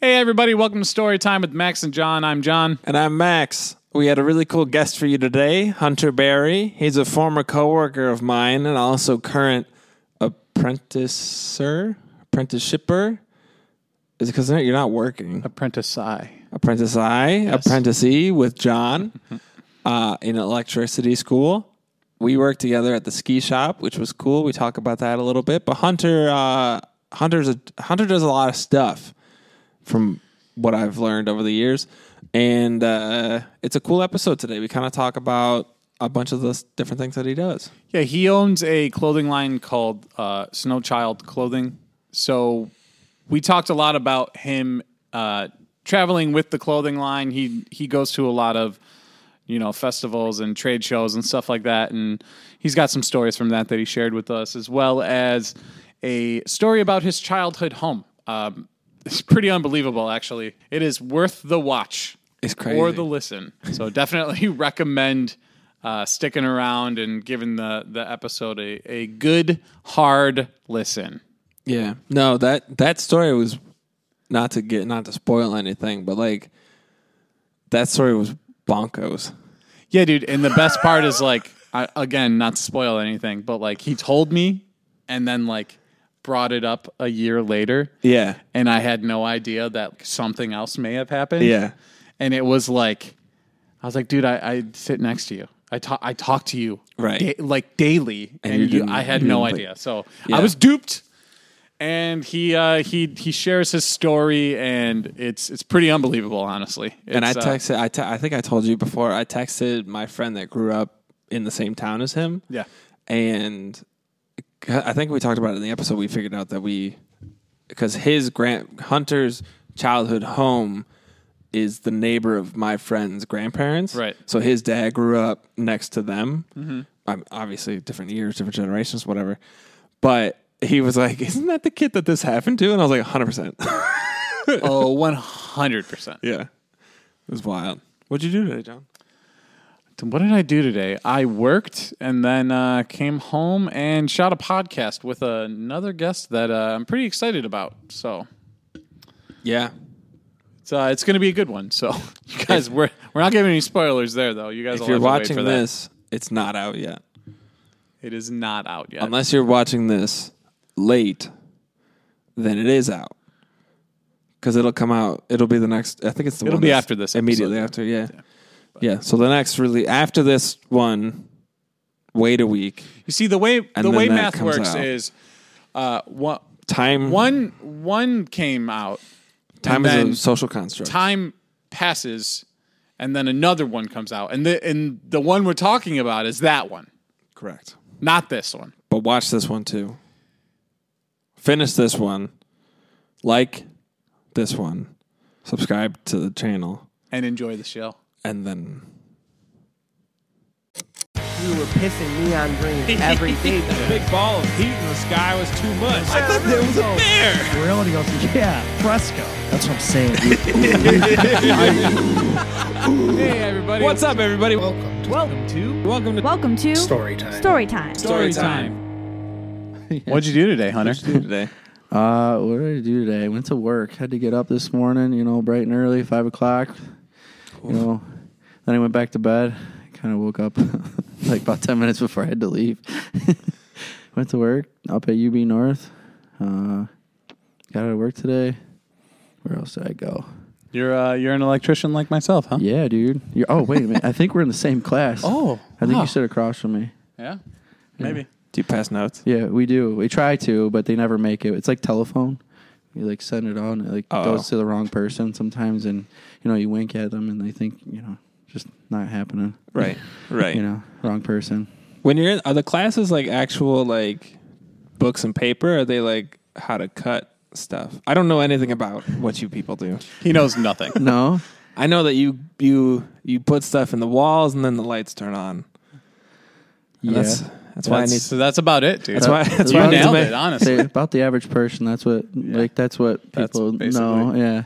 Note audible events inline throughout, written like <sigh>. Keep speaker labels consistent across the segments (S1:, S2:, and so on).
S1: Hey, everybody, welcome to Story Time with Max and John. I'm John.
S2: And I'm Max. We had a really cool guest for you today, Hunter Barry. He's a former coworker of mine and also current apprenticer, apprenticeshipper. Is it because you're not working?
S1: Apprentice I.
S2: Apprentice I, apprenticee with John uh, in electricity school. We worked together at the ski shop, which was cool. We talk about that a little bit. But Hunter, uh, Hunter's a, Hunter does a lot of stuff from what I've learned over the years. And uh, it's a cool episode today. We kind of talk about a bunch of the s- different things that he does.
S1: Yeah, he owns a clothing line called uh, Snow Child Clothing. So we talked a lot about him uh, traveling with the clothing line. He he goes to a lot of you know festivals and trade shows and stuff like that, and he's got some stories from that that he shared with us, as well as a story about his childhood home. Um, it's pretty unbelievable, actually. It is worth the watch.
S2: It's
S1: or
S2: crazy.
S1: the listen. So definitely <laughs> recommend uh, sticking around and giving the the episode a, a good hard listen.
S2: Yeah. No, that that story was not to get not to spoil anything, but like that story was bonkos.
S1: Yeah, dude. And the best part is like <laughs> I, again, not to spoil anything, but like he told me, and then like brought it up a year later,
S2: Yeah.
S1: and I had no idea that something else may have happened.
S2: Yeah.
S1: and it was like I was like, dude, I, I sit next to you. I talk I talk to you
S2: Right.
S1: da- like daily, and,
S2: you
S1: you,
S2: didn't-
S1: I had
S2: you
S1: no
S2: didn't
S1: idea.
S2: like-
S1: so I
S2: Yeah.
S1: was duped. And he uh, he he shares his story, and it's it's pretty unbelievable, honestly.
S2: And I
S1: It's, uh,
S2: texted I te- I think I told you before, I texted my friend that grew up in the same town as him. <laughs>
S1: yeah,
S2: and I think we talked about it in the episode. We figured out that we because his grand Hunter's childhood home is the neighbor of my friend's grandparents,
S1: Right.
S2: So his dad grew up next to them. Mm-hmm. I'm obviously different years, different generations, whatever. But he was like, "Isn't that the kid that this happened to?" And I was like, "100 percent."
S1: <laughs> oh, one hundred percent.
S2: Yeah, it was wild. What'd you do today, John?
S1: What did I do today? I worked and then uh, came home and shot a podcast with another guest that uh, I'm pretty excited about. So
S2: Yeah,
S1: It's uh, it's going to be a good one. So <laughs> you guys, we're we're not giving any spoilers there, though. You guys, will
S2: if you're
S1: have to wait
S2: watching
S1: for that.
S2: this, it's not out yet.
S1: it is not out yet.
S2: unless you're watching this late, then it is out because it'll come out. It'll be the next. I think it's the
S1: It'll
S2: one
S1: be
S2: that's
S1: after this
S2: Immediately after, yeah, yeah. So the next really after this one, wait a week.
S1: you see, the way the
S2: then
S1: way
S2: that
S1: math
S2: comes
S1: works
S2: out.
S1: is, uh, one
S2: Time
S1: one one came out,
S2: time
S1: and
S2: is
S1: then
S2: a social construct.
S1: time passes, and then another one comes out, and the and the one we're talking about is that one,
S2: Correct.
S1: not this one.
S2: But watch this one too. Finish this one, like this one, subscribe to the channel,
S1: And enjoy the show.
S2: and then
S3: You were pissing neon green every
S4: <laughs>
S3: day.
S5: big ball of heat in the sky was too much. Oh. I thought there was a bear.
S4: grill and he goes, Yeah, fresco. That's what I'm saying. dude.
S1: Hey everybody,
S2: What's up, everybody?
S4: Welcome to
S2: Welcome to
S6: Welcome to Story Time. Story Time.
S2: Story
S1: <laughs>
S2: Time.
S1: what'd you do today, Hunter?
S2: Today.
S4: Uh, what did I do today? Went to work. Had to get up this morning, you know, bright and early, five o'clock. You know. Then I went back to bed. Kind of woke up <laughs> like about ten minutes before I had to leave. <laughs> went to work up at UB North. Uh, got out of work today. Where else did I go?
S1: You're uh, you're an electrician like myself, huh?
S4: Yeah, dude. You're, oh, wait a minute. I think we're in the same class.
S1: <laughs> Oh,
S4: I think
S1: wow.
S4: you sit across from me.
S1: Yeah, maybe.
S2: Do you pass notes?
S4: Yeah, we do. We try to, but they never make it. It's like telephone. You like send it on, it like
S2: Oh.
S4: goes to the wrong person sometimes, and you know you wink at them, and they think you know just not happening.
S2: Right, right.
S4: You know, wrong person.
S2: When you're in, are the classes like actual like books and paper? Or are they like how to cut stuff? I don't know anything about what you people do.
S1: He knows nothing.
S4: No,
S2: I know that you you you put stuff in the walls and then the lights turn on. And
S4: yeah.
S2: That's that's why I need.
S1: so that's about it, dude. <laughs>
S2: That's why. That's
S1: you
S2: why I need to
S1: nailed
S2: make-
S1: it, honestly.
S4: They- about the average person. That's what like that's what
S1: That's
S4: people know.
S1: basically-
S4: Yeah,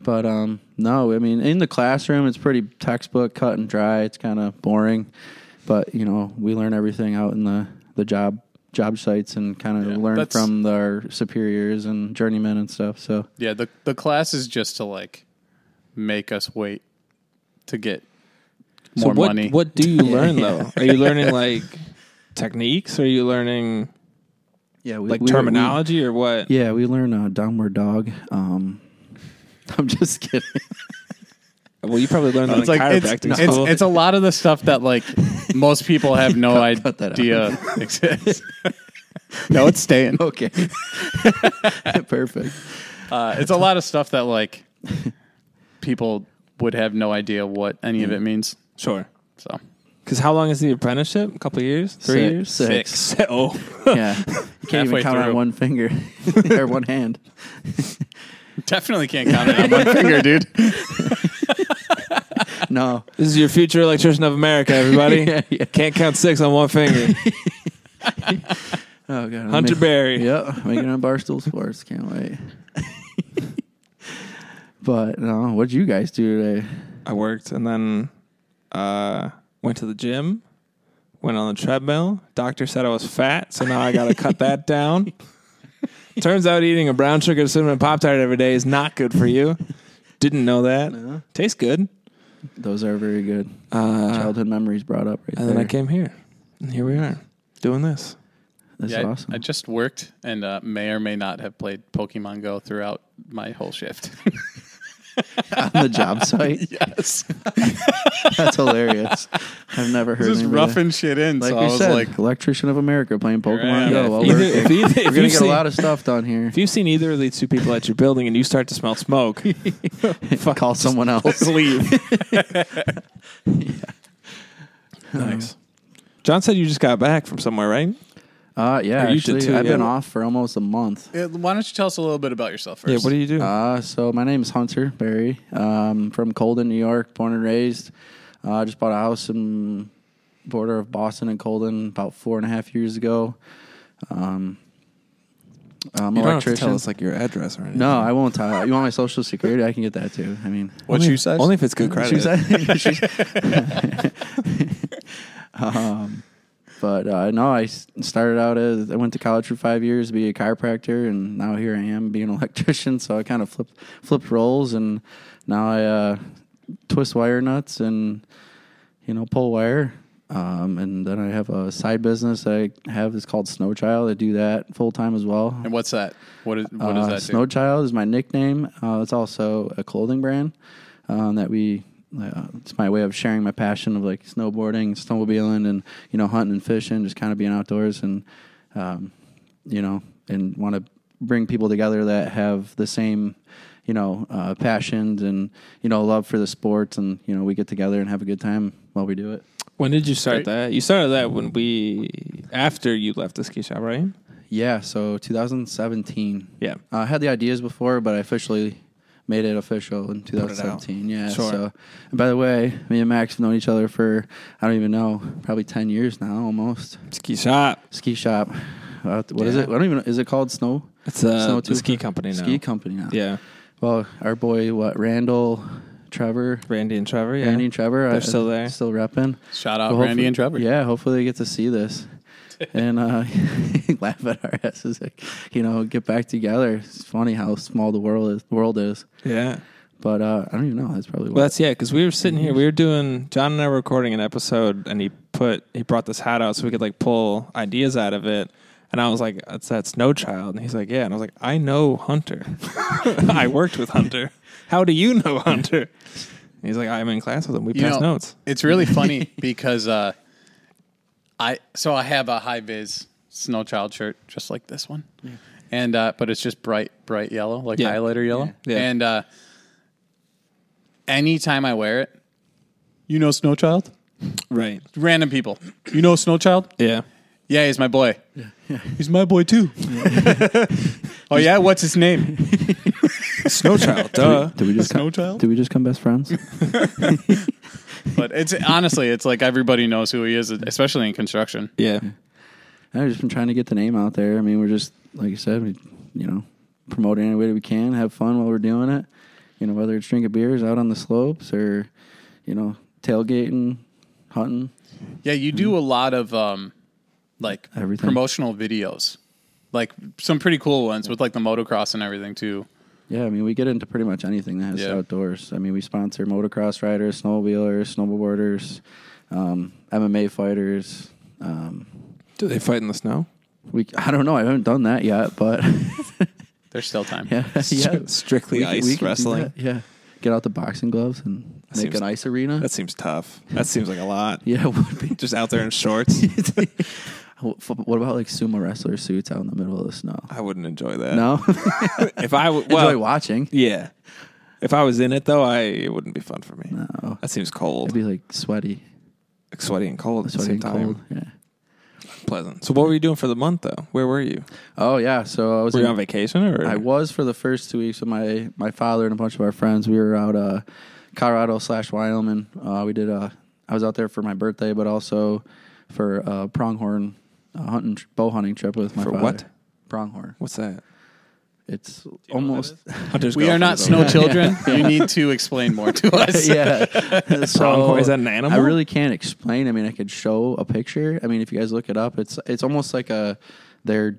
S4: but um, no, I mean in the classroom it's pretty textbook, cut and dry. It's kind of boring, but you know we learn everything out in the the job job sites and kind of
S1: Yeah,
S4: learn
S1: that's-
S4: from their superiors and journeymen and stuff. So
S1: Yeah, the the class is just to like make us wait to get
S2: So
S1: more
S2: what
S1: money.
S2: what do you learn though? Are you learning like techniques? Are you learning
S4: yeah, we,
S2: like
S4: we- we-
S2: terminology or what?
S4: yeah, we learn uh, downward dog. Um, <laughs> I'm just kidding. <laughs>
S2: Well, you probably learned that in
S1: it's like it's,
S2: chiropractic
S1: it's,
S2: school.
S1: it's a lot of the stuff that
S2: <laughs>
S1: like most people have no
S4: cut that out.
S1: idea <laughs> exists. no, it's staying.
S2: <laughs>
S4: okay, <laughs> perfect.
S1: Uh, it's a lot of stuff that like people would have no idea what any
S2: Mm.
S1: of it means.
S2: sure.
S1: So
S2: Because how long is the apprenticeship? A couple years? Three
S4: Six-
S2: years?
S4: six.
S1: <laughs>
S2: <laughs> Oh,
S4: Yeah, <laughs> you can't
S1: Halfway
S4: even count
S1: through.
S4: on one finger <laughs> or one hand.
S1: definitely can't count it on
S2: <laughs>
S1: one finger, dude.
S4: No,
S2: this is your future electrician of America, <laughs> everybody.
S4: Yeah, yeah.
S2: Can't count six on one finger.
S4: oh god, I'm
S2: Hunter
S4: making-
S2: Berry.
S4: Yep, making it on Barstool Sports. Can't wait. but no, what'd you guys do today?
S2: I worked and then uh, went to the gym, went on the treadmill. Doctor said I was fat, so now
S1: <laughs>
S2: I got to cut that down. Turns out eating a brown sugar cinnamon pop tart every day is not good for you. Didn't know that. Tastes good.
S4: Those are very good
S2: Uh,
S4: childhood memories brought up right
S2: and then
S4: there.
S2: I came here, and here we are doing this.
S4: That's
S1: Yeah, I-
S4: awesome.
S1: I, just worked and uh, may or may not have played Pokemon Go throughout my whole shift. <laughs>
S4: on
S2: <laughs>
S4: the job site.
S1: yes,
S4: That's hilarious. I've never heard
S1: just
S4: anybody-
S1: roughing shit in.
S4: Like
S1: so
S4: we
S1: I was
S4: said,
S1: like,
S4: electrician of America playing
S1: I
S4: Pokemon
S1: am.
S4: Go. while
S2: Either-
S4: working.
S2: if either- if
S4: We're gonna
S2: you've
S4: get a
S2: seen-
S4: lot of stuff done
S2: <laughs>
S4: here.
S2: If you've seen either of these two people at your building and you start to
S1: <laughs>
S2: smell smoke, fuck,
S4: Call someone else.
S2: <laughs>
S4: Uh,
S2: leave. Nice. John said you just got back from somewhere, right?
S4: Uh, yeah,
S2: Or you did
S4: actually,
S2: too,
S4: I've
S2: yeah.
S4: been off for almost a month.
S1: "Eh, why don't you tell us a little bit about yourself first?
S2: you do?
S4: Uh, so my name is Hunter Barry. Um, from Colden, New York, born and raised. Uh, just bought a house in border of Boston and Colden about four and a half years ago. Um, I'm an electrician.
S2: like your address or anything.
S4: no, I won't tell. You want my social security? I can get that too. I mean,
S1: What
S2: Only-
S1: you said?
S2: Only if it's good credit.
S4: She was- <laughs> she was- <laughs> um, but uh, no, I s- started out as I went to college for five years to be a chiropractor, and now here I am being an <laughs> electrician. So I kind of flipped flipped roles, and now I uh, twist wire nuts and you know pull wire. Um, and then I have a side business I have that's called Snow Child. I do that full time as well.
S1: And what's that? What is what does
S4: Uh,
S1: that
S4: Snow
S1: do?
S4: Child is my nickname. Uh, it's also a clothing brand um, that we. Uh, it's my way of sharing my passion of like snowboarding, snowmobiling, and you know hunting and fishing, just kind of being outdoors and um, you know and want to bring people together that have the same you know uh, passions and you know love for the sports and you know we get together and have a good time while we do it.
S2: When did you start
S1: Great.
S2: that? You started that when we after you left the ski shop, right?
S4: Yeah, so 2017.
S2: Yeah.
S4: Uh, I had the ideas before, but I officially made it official in 2017. Yeah.
S2: Sure.
S4: So, and by the way, me and Max have known each other for I don't even know, probably 10 years now, almost.
S2: Ski shop.
S4: Ski shop. Uh, What is
S2: Yeah.
S4: it? I don't even. Is it called Snow?
S2: It's a
S4: Snow
S2: the
S4: Tooth.
S2: ski company now.
S4: Ski company now.
S2: Yeah,
S4: Well, our boy, what Randall, Trevor,
S2: Randy and Trevor. Yeah,
S4: Randy and Trevor,
S2: They're
S4: I-
S2: still there.
S4: still repping.
S1: Shout out
S4: Well,
S1: Randy
S4: hopefully-
S1: and Trevor.
S4: Yeah, hopefully they get to see this
S1: <laughs>
S4: and uh, <laughs> laugh at our asses. Like, you know, get back together. It's funny how small the world is. World is.
S2: yeah.
S4: But uh, I don't even know. That's probably
S2: Well,
S4: what.
S2: that's yeah, because we were sitting here, we were doing John and I were recording an episode, and he put he brought this hat out so we could like pull ideas out of it. And I was like, "It's that Snow Child," and he's like, "Yeah," and I was like, "I know Hunter. <laughs> I worked with Hunter. How do you know Hunter?" And he's like, "I'm in class with him. We
S1: You
S2: pass
S1: know,
S2: notes."
S1: It's really
S2: <laughs>
S1: funny because uh, I so I have a high vis snow child shirt just like this one, and uh, but it's just bright bright yellow like
S2: Yeah.
S1: highlighter yellow.
S2: Yeah. Yeah.
S1: And uh, anytime I wear it, you know snow child.
S2: Right?
S1: Random people, you know snow child.
S2: Yeah.
S1: Yeah, he's my boy. He's my boy too. <laughs> oh yeah, what's his name?
S2: Snow Child. duh.
S4: <laughs> Did we just
S1: Snow
S4: come,
S1: child.
S4: did we just come best friends? <laughs>
S1: But it's honestly, it's like everybody knows who he is, especially in construction.
S2: Yeah.
S4: I've just been trying to get the name out there. I mean, we're just like you said, we, you know, promote it any way that we can, have fun while we're doing it. You know, whether it's drinking beers out on the slopes or, you know, tailgating, hunting.
S1: Yeah, you do a lot of um, like
S4: Mm-hmm. Everything.
S1: promotional videos, like some pretty cool ones with like the motocross and everything too.
S4: Yeah, I mean, we get into pretty much anything that has
S1: Yeah.
S4: outdoors. I mean, we sponsor motocross riders, snowmobilers, snowboarders, um, MMA fighters. Um,
S2: Do they fight in the snow?
S4: we I don't know. I haven't done that yet, but <laughs>
S1: There's still time.
S2: <laughs>
S4: yeah, yeah.
S2: Strictly
S4: We can-
S2: ice
S4: we can do
S2: wrestling.
S4: that, Yeah, get out the boxing gloves and
S2: That
S4: make
S2: seems-
S4: an ice arena.
S2: That seems tough. That seems like a lot.
S4: <laughs> yeah, it would be.
S2: Just out there in
S4: <laughs>
S2: shorts.
S4: what about like sumo wrestler suits out in the middle of the snow?
S2: I wouldn't enjoy that.
S4: No, <laughs>
S2: If I w- Uh, well,
S4: enjoy watching.
S2: yeah. If I was in it though, I it wouldn't be fun for me.
S4: No,
S2: That seems
S4: it'd
S2: cold,
S4: be like sweaty,
S2: Like, sweaty and cold at the
S4: sweaty
S2: same
S4: and
S2: time.
S4: cold. Yeah.
S2: Pleasant. So, what were you doing for the month though? Where were you?
S4: Oh yeah, so I was
S2: Were you
S4: in-
S2: on vacation or?
S4: I was for the first two weeks with my my father and a bunch of our friends. We were out uh, Colorado slash Wyoming. Uh, we did. Uh, I was out there for my birthday, but also for uh, pronghorn uh, hunting, tr- bow hunting trip with my
S2: For
S4: father.
S2: what?
S4: Pronghorn.
S2: What's that?
S4: It's almost
S1: <laughs>
S2: Hunter's
S1: We are not
S2: girlfriend's
S1: snow
S2: over.
S1: children.
S4: <laughs>
S1: You need to explain more to us.
S4: yeah. so,
S2: Pronghorn, is that an animal?
S4: I really can't explain. I mean, I could show a picture. I mean, if you guys look it up, it's it's almost like a their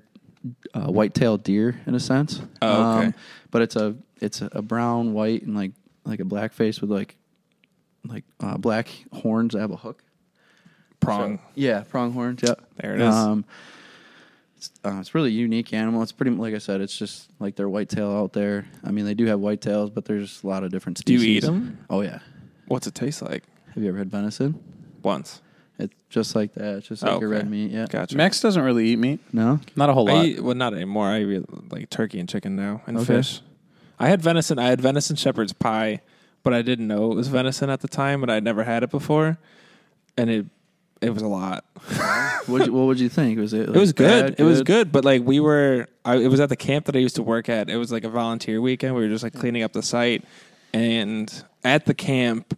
S4: uh, white-tailed deer in a sense. Um,
S2: Oh, okay.
S4: but it's a it's a brown, white, and like like a black face with like like uh, black horns that have a hook.
S2: prong.
S4: Yeah, pronghorns. Yep. Um,
S2: There it is.
S4: it's, uh, it's a really unique animal. It's pretty like I said. It's just like their whitetail out there. I mean, they do have whitetails, but there's a lot of different
S2: you
S4: species.
S2: eat 'em?
S4: Oh yeah.
S2: What's it taste like?
S4: Have you ever had venison?
S2: Once.
S4: It's just like that. It's just
S2: Oh,
S4: like your
S2: okay.
S4: red meat. Yeah.
S2: Gotcha.
S1: Max doesn't really eat meat.
S4: No.
S1: Not a whole
S2: I
S1: lot.
S2: eat, well, not anymore. I eat like turkey and chicken now and
S4: Okay.
S2: fish. I had venison. I had venison shepherd's pie, but I didn't know it was venison at the time, and I'd never had it before, and it it was a lot.
S4: What'd you, what would you think? Was it? Like
S2: It was good.
S4: bad,
S2: It was good, but like we were, I, it was at the camp that I used to work at. It was like a volunteer weekend. We were just like cleaning up the site, and at the camp,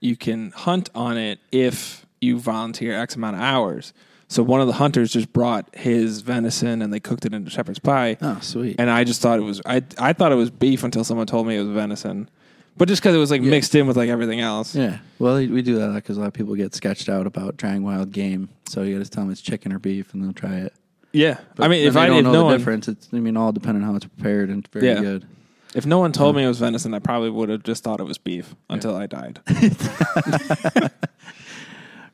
S2: you can hunt on it if you volunteer X amount of hours. So one of the hunters just brought his venison and they cooked it into shepherd's pie.
S4: Oh, sweet.
S2: And I just thought it was I I thought it was beef until someone told me it was venison, but just because it was like mixed in with like everything else.
S4: Yeah. Well, we do that because a lot of people get sketched out about trying wild game. So you got to tell them it's chicken or beef, and they'll try it.
S2: Yeah. I
S4: But
S2: mean,
S4: then
S2: if
S4: they
S2: I
S4: don't
S2: didn't
S4: know
S2: know
S4: the difference, it's I mean all depending on how it's prepared and it's very
S2: Yeah.
S4: good. <laughs>
S2: If no one told me it was venison, I probably would have just thought it was beef until I died.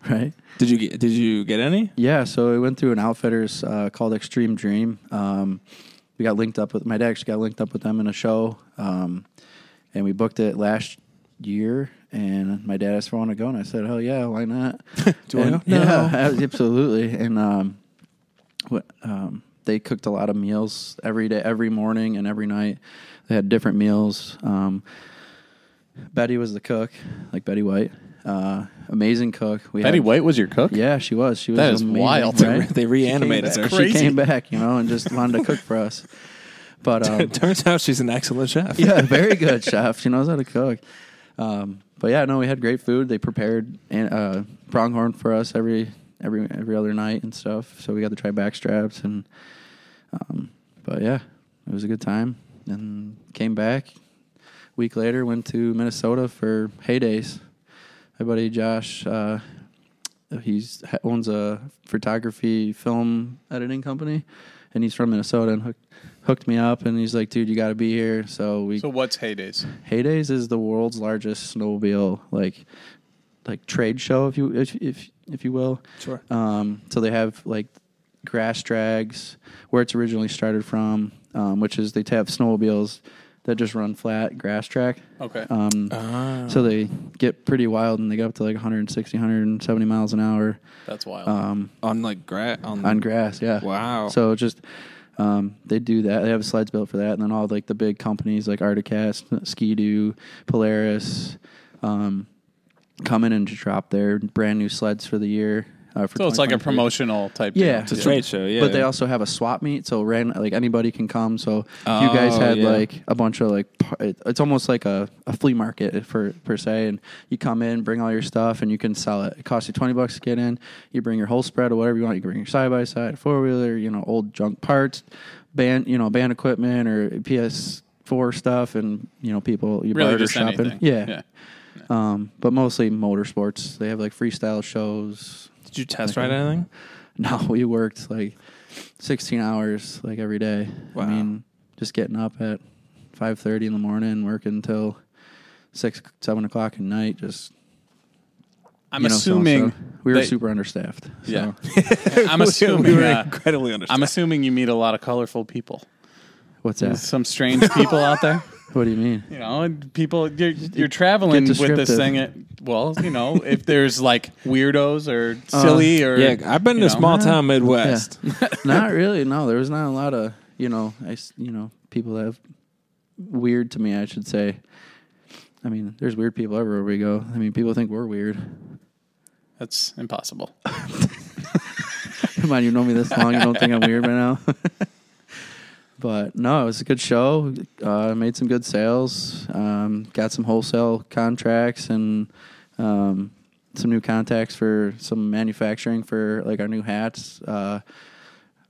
S4: Right.
S2: did you get Did you get any?
S4: Yeah, so we went through an outfitters uh, called Extreme Dream. Um, we got linked up with my dad. Actually, got linked up with them in a show, um, and we booked it last year. And my dad asked if I want to go, and I said, "Hell yeah, why not?"
S2: Do I
S4: And-
S2: know?
S4: <laughs> Yeah, absolutely. And um, what, um, they cooked a lot of meals every day, every morning, and every night. They had different meals. Um, Betty was the cook, like Betty White. Uh, amazing cook. We
S1: Betty
S4: had-
S1: White was your cook.
S4: yeah, she was. She was.
S1: That is
S4: amazing,
S1: wild.
S4: right?
S2: They reanimated
S4: She
S2: her.
S4: came, back.
S1: Crazy.
S4: she came back, you know, and just wanted to cook for us. But
S2: <laughs> <laughs>
S4: um, <laughs>
S2: It turns out she's an excellent chef.
S4: yeah, very good chef. She knows how to cook. Um, but yeah, no, we had great food. They prepared and, uh, pronghorn for us every every every other night and stuff. So we got to try backstraps and. Um, but yeah, it was a good time, and came back. Week later, went to Minnesota for heydays. My buddy Josh, uh, he's owns a photography film editing company, and he's from Minnesota and hooked, hooked me up. And he's like, "Dude, you got to be here." So we
S1: So what's heydays?
S4: Heydays is the world's largest snowmobile like like trade show, if you if if, if you will.
S2: Sure.
S4: Um, so they have like grass drags where it's originally started from, um, which is they have snowmobiles that just run flat grass track.
S1: Okay.
S4: Um, So they get pretty wild and they get up to like 160, 170 miles an hour
S1: That's wild.
S4: Um,
S2: on like gra- on,
S4: on grass. Yeah.
S2: Wow.
S4: So just um, they do that. They have slides built for that, and then all like the big companies like Articast, Ski-Doo, Polaris, um, come in and just drop their brand new sleds for the year. Uh, for
S1: so it's like a
S4: 2023.
S1: promotional type.
S4: Yeah,
S1: Deal.
S2: a trade show, yeah.
S4: But they also have a swap meet, so ran like anybody can come. So if you guys
S2: Oh,
S4: had
S2: yeah.
S4: like a bunch of like, par- it- it's almost like a, a flea market for per se, and you come in, bring all your stuff, and you can sell it. It costs you twenty bucks to get in. You bring your whole spread or whatever you want. You can bring your side by side, four wheeler, you know, old junk parts, band, you know, band equipment or PS. Four stuff and you know people you
S1: Really
S4: barter
S1: just
S4: shopping,
S1: anything.
S4: yeah. Um, but mostly motorsports. They have like freestyle shows.
S2: Did you test ride anything?
S4: <laughs> No, we worked like 16 hours like every day.
S2: Wow.
S4: I mean, just getting up at 5:30 in the morning, working until six, seven o'clock at night. Just
S1: I'm
S4: you know, so-and-so.
S1: assuming
S4: we were
S1: that-
S4: super understaffed. So.
S1: Yeah,
S4: <laughs>
S1: I'm assuming.
S2: we were
S1: uh,
S2: incredibly
S1: I'm
S2: understaffed.
S1: assuming you meet a lot of colorful people.
S4: What's
S1: <laughs>
S4: that?
S1: Some strange people out there.
S4: What do you mean?
S1: You know, and people you're, you're traveling with this
S4: descriptive.
S1: thing. At, well, you know, if there's like weirdos or silly or
S2: Uh, yeah, I've been
S1: you
S2: to
S1: know.
S2: small town Midwest.
S4: not really. No, there was not a lot of you know, I s- you know people that have weird to me. I should say. I mean, there's weird people everywhere we go. I mean, people think we're weird.
S1: that's impossible.
S4: <laughs> Come on, you know me this long, you don't think I'm weird by now. <laughs> but no, it was a good show. Uh, made some good sales. Um, got some wholesale contracts and um, some new contacts for some manufacturing for like our new hats. Uh,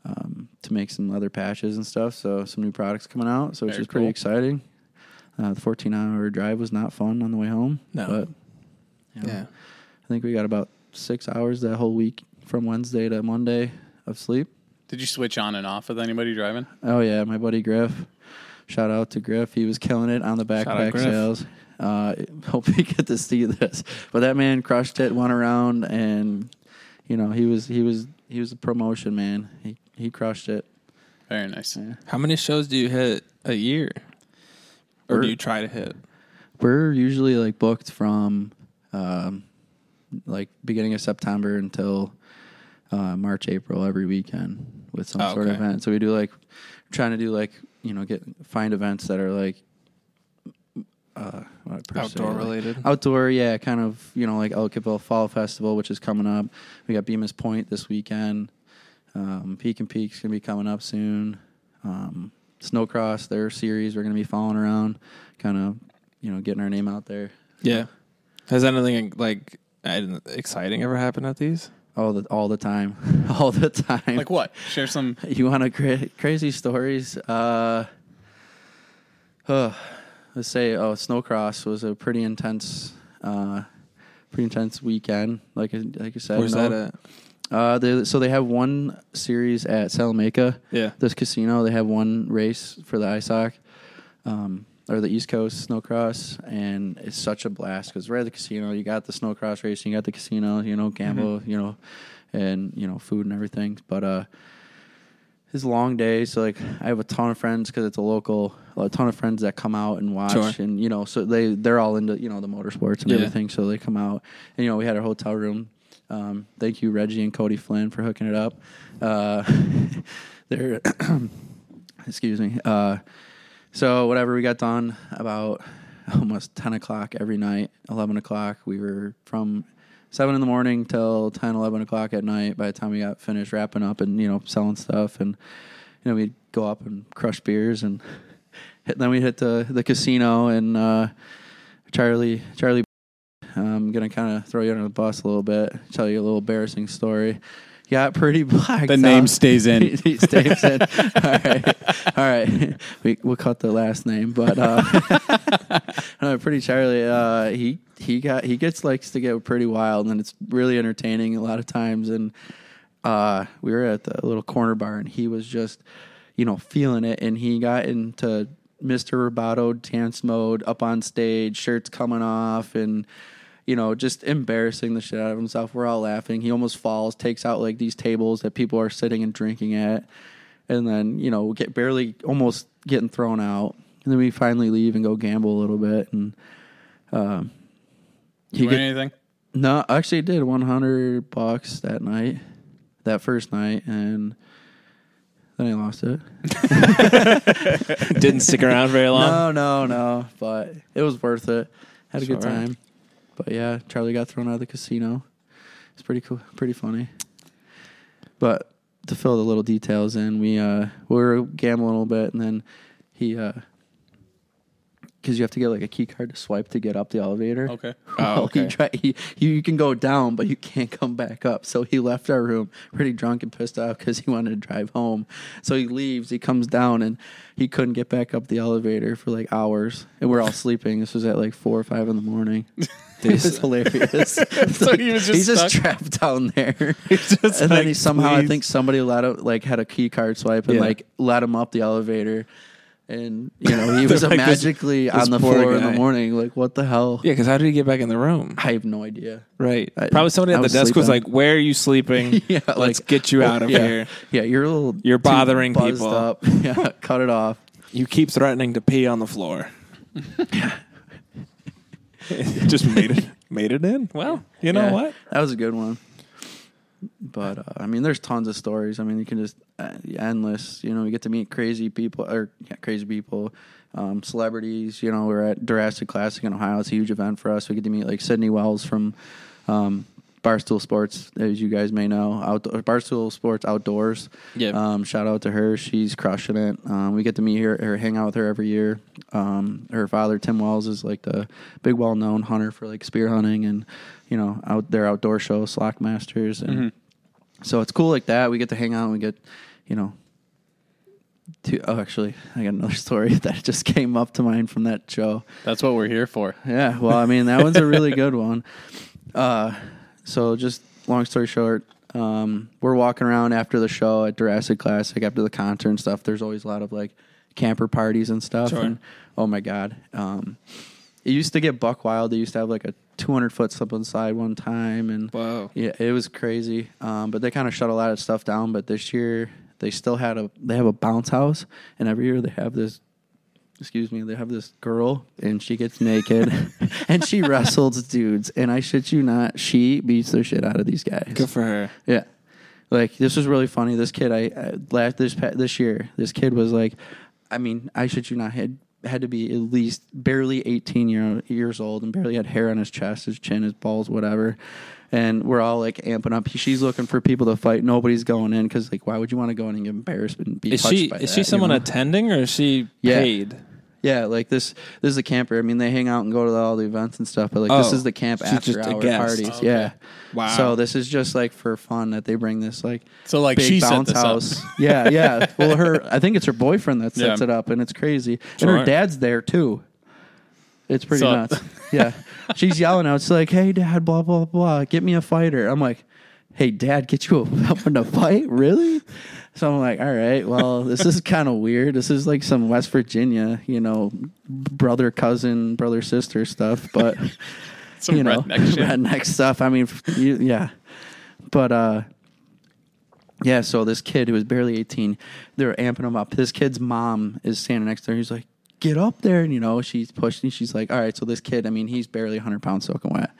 S4: um, to make some leather patches and stuff, so some new products coming out, so which
S1: Very
S4: is pretty
S1: cool.
S4: exciting. Uh, the 14-hour drive was not fun on the way home.
S2: No.
S4: but you know,
S2: <laughs> Yeah.
S4: I think we got about six hours that whole week from Wednesday to Monday of sleep.
S1: Did you switch on and off with anybody driving?
S4: Oh yeah, my buddy Griff. Shout out to Griff. He was killing it on the
S1: out
S4: backpack
S1: Griff.
S4: sales. Uh, <laughs> hope you get to see this. But that man crushed it, won around, and you know he was he was he was a promotion man. He he crushed it.
S1: Very nice.
S2: How many shows do you hit a year, or do you try to hit?
S4: We're usually like booked from um, like beginning of September until uh, March, April every weekend with some
S2: Oh,
S4: sort of
S2: okay.
S4: event. So we do like trying to do like you know get find events that are like uh, what per se,
S2: Outdoor
S4: like-
S2: related?
S4: outdoor, yeah, kind of you know like Ellicottville Fall Festival, which is coming up. We got Bemis Point this weekend. Um, Peak and Peak's gonna be coming up soon. Um, Snowcross, their series, we're gonna be following around, kind of you know getting our name out there.
S2: Yeah. Has anything like ed- exciting ever happened at these?
S4: all the all the time, <laughs> all the time.
S1: Like what? Share some.
S4: You want to cra- crazy stories? Uh, huh. let's say, oh, Snowcross was a pretty intense, uh, pretty intense weekend. Like I- like you said,
S2: Where's
S4: no-
S2: that at? <laughs>
S4: Uh, they, so they have one series at Salamanca.
S2: Yeah.
S4: This casino, they have one race for the ISOC, um, or the East Coast Snowcross, and it's such a blast because right at the casino, you got the snowcross racing, you got the casino, you know, gamble,
S2: Mm-hmm.
S4: you know, and you know, food and everything. But uh, it's a long day, so like I have a ton of friends because it's a local, a ton of friends that come out and watch,
S2: Sure.
S4: and you know, so they they're all into you know the motorsports and
S2: Yeah.
S4: everything, so they come out, and you know, we had our hotel room. Um, thank you, Reggie and Cody Flynn, for hooking it up. Uh, <laughs> they're <coughs> excuse me. Uh, so whatever we got done about <laughs> almost ten o'clock every night, eleven o'clock. We were from seven in the morning till 10, 11 o'clock at night. By the time we got finished wrapping up and you know selling stuff, and you know we'd go up and crush beers, and <laughs> then we hit the the casino and uh, Charlie Charlie. I'm gonna kind of throw you under the bus a little bit, tell you a little embarrassing story. Got pretty <laughs> black.
S1: The name stays
S4: <laughs>
S1: in.
S4: He stays in. All right, all right. <laughs> We we'll cut the last name, but uh, no, pretty Charlie. Uh, he he got he gets likes to get pretty wild, and it's really entertaining a lot of times. And uh, we were at the little corner bar, and he was just you know feeling it, and he got into Mr. Roboto dance mode up on stage, shirts coming off, and you know, just embarrassing the shit out of himself. We're all laughing. He almost falls, takes out like these tables that people are sitting and drinking at. And then, you know, get barely almost getting thrown out. And then we finally leave and go gamble a little bit. And um,
S1: You
S4: he
S1: win
S4: get-
S1: anything?
S4: no, I actually did 100 bucks that night, that first night. And then I lost it.
S2: Didn't stick around very long.
S4: No, no, no. But it was worth it. Had a good
S2: It's all right.
S4: time. But yeah, Charlie got thrown out of the casino. It's pretty cool, pretty funny. But to fill the little details in, we uh we were gambling a little bit, and then he uh because you have to get like a key card to swipe to get up the elevator. <laughs>
S1: Okay.
S4: Well,
S2: okay.
S4: He tried, he, you, you can go down, but you can't come back up. So he left our room pretty drunk and pissed off because he wanted to drive home. So he leaves, he comes down, and he couldn't get back up the elevator for like hours. And we're all sleeping. This was at like four or five in
S1: <laughs>
S4: the morning. This is hilarious. so
S1: he was just
S4: <laughs> he's just
S1: stuck?
S4: trapped down
S1: <laughs>
S4: there.
S2: <laughs>
S1: just
S4: and
S1: like,
S4: then he somehow, I
S1: "Please."
S4: think somebody let him, like had a key card swipe and
S2: Yeah.
S4: like let him up the elevator. And you know
S2: <laughs>
S4: he was
S2: They're like, this-
S4: magically
S2: this
S4: on the
S2: poor
S4: floor in the
S2: guy.
S4: morning. Like what the hell?
S2: Yeah, because how did he get back in the room?
S4: I have no idea. <laughs>
S2: Right.
S4: I-
S2: Probably somebody
S4: I
S2: at the
S4: was
S2: desk was
S4: sleeping.
S2: like, "Where are you <laughs> sleeping?
S4: Yeah,
S2: Let's
S4: like,
S2: get you
S4: oh,
S2: out of
S4: yeah.
S2: here.
S4: Yeah, you're a little.
S2: You're
S4: too
S2: bothering
S4: buzzed
S2: people.
S4: Up. <laughs> Yeah, cut it off.
S2: You keep threatening to pee on the floor." <laughs> Just made it made it in. Well, you know
S4: Yeah,
S2: what?
S4: That was a good one. But uh, I mean, there's tons of stories. I mean, you can just uh, endless. You know, you get to meet crazy people or yeah, crazy people, um, celebrities. You know, we're at Jurassic Classic in Ohio. It's a huge event for us. We get to meet like Sydney Wells from um, Barstool Sports, as you guys may know, outdoor, Barstool Sports Outdoors.
S2: Yep.
S4: Um, shout out to her. She's crushing it. Um, we get to meet her, her, hang out with her every year. Um, her father, Tim Wells, is like the big, well known hunter for like spear hunting and, you know, out their outdoor show, Slack Masters. And so it's cool like that. We get to hang out and we get, you know, to, oh, actually, I got another <laughs> story that just came up to mind from that show.
S1: That's what we're here
S2: <laughs>
S1: for.
S4: Yeah, well, I mean that one's a really good one. Uh, so just long story short, um, we're walking around after the show at Jurassic Classic after the concert and stuff. There's always a lot of like camper parties and stuff. And oh my god, um, it used to get buck wild. They used to have like a 200 foot slip on the side one time, and
S2: Wow.
S4: yeah, it was crazy. Um, but they kind of shut a lot of stuff down. But this year they still had a they have a bounce house, and every year they have this excuse me, they have this girl and she gets naked <laughs> and she wrestles dudes. And I shit you not, she beats the shit out of these guys.
S2: Good for her.
S4: Yeah. Like this was really funny. This kid, I, I last this pa- this year, this kid was like, I mean, I should you not had had to be at least barely eighteen year, years old and barely had hair on his chest, his chin, his balls, whatever. And we're all like amping up. He- She's looking for people to fight. Nobody's going in because like, why would you want to go in and get embarrassed and be
S2: Is
S4: touched
S2: she
S4: by
S2: is
S4: that,
S2: she
S4: you
S2: someone
S4: know?
S2: attending or is she
S4: Yeah.
S2: paid?
S4: Yeah, like this. This is a camper. I mean, they hang out and go to all the events and stuff, but like this
S2: Oh,
S4: is the camp
S2: she's
S4: after
S2: just a
S4: hour
S2: guest. Oh,
S4: parties.
S2: Okay.
S4: Yeah.
S2: Wow.
S4: So this is just like for fun that they bring this like
S1: So, like,
S4: big
S1: she set
S4: bounce
S1: this up.
S4: house. yeah,
S2: <laughs>
S4: yeah. Well, her I think it's her boyfriend that sets
S1: Yeah.
S4: it up, and it's crazy. And
S2: Sure.
S4: her dad's there too. It's pretty
S1: So-
S4: nuts. Yeah. She's yelling out. It's like, hey, dad, blah, blah, blah. Get me a fighter. I'm like, hey, dad, get you a <laughs> weapon to fight? Really? So I'm like, all right, well, this is kind of weird. This is like some West Virginia, you know, brother, cousin, brother, sister stuff. But,
S1: <laughs> Some
S4: you know,
S1: redneck shit.
S4: redneck stuff. I mean, you, yeah. But, uh, yeah, so this kid who was barely 18, they're amping him up. This kid's mom is standing next to her. He's like, get up there. And, you know, she's pushing. She's like, all right, so this kid, I mean, he's barely 100 pounds soaking wet.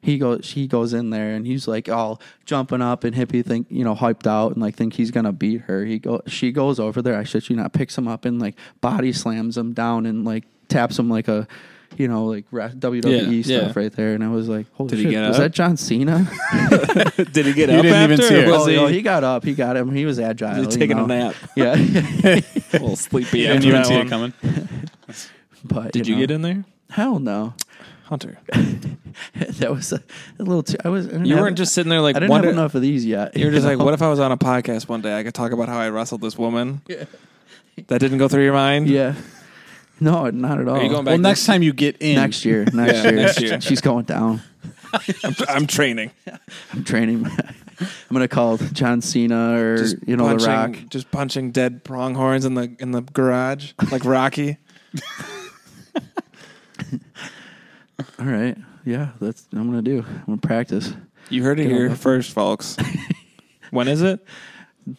S4: He goes, she goes in there and he's like all jumping up and hippie think, you know, hyped out and like think he's gonna beat her. He go, she goes over there. I shit you not, picks him up and like body slams him down and like taps him like a, you know, like ra- WWE
S2: Yeah, yeah.
S4: stuff right there. And I was like, holy
S2: Did he
S4: shit,
S2: get
S4: was
S2: up?
S4: that John Cena?
S2: <laughs> Did he get
S1: You
S2: up
S1: didn't even
S2: after,
S1: see
S2: or
S1: her.
S2: was
S4: oh,
S2: he,
S4: no, he got up. He got him. He was agile.
S2: he
S4: you
S2: taking
S4: know?
S2: a <laughs> nap?
S4: <laughs> Yeah.
S2: a little sleepy.
S1: Yeah, didn't
S2: after
S1: even
S2: that
S1: see
S2: one.
S1: it coming.
S4: but
S2: Did you
S4: know,
S2: get in there,
S4: Hell no. <laughs>
S2: Hunter?
S4: that was a, a little too. I was. I didn't
S2: You
S4: have-
S2: weren't just sitting there like
S4: I didn't
S2: wonder-
S4: have enough of these yet.
S2: You're <laughs> just
S4: you
S2: like,
S4: know?
S2: what
S4: <laughs>
S2: if I was on a podcast one day? I could talk about how I wrestled this woman. That didn't go through your mind.
S4: Yeah. No, not at all.
S2: Are you going back
S1: Well, next time you get in,
S2: <laughs>
S4: next year? Next
S2: Yeah,
S4: year.
S2: next year.
S4: She's going down.
S2: I'm, I'm training.
S4: I'm training. <laughs> I'm gonna call John Cena or you know
S2: punching,
S4: The Rock.
S2: Just punching dead pronghorns in the in the garage like Rocky.
S4: All right. Yeah, that's what I'm gonna do. I'm gonna practice.
S2: <laughs> You heard it
S4: Good on
S2: here
S4: that.
S2: first, folks.
S4: <laughs>
S2: when is it?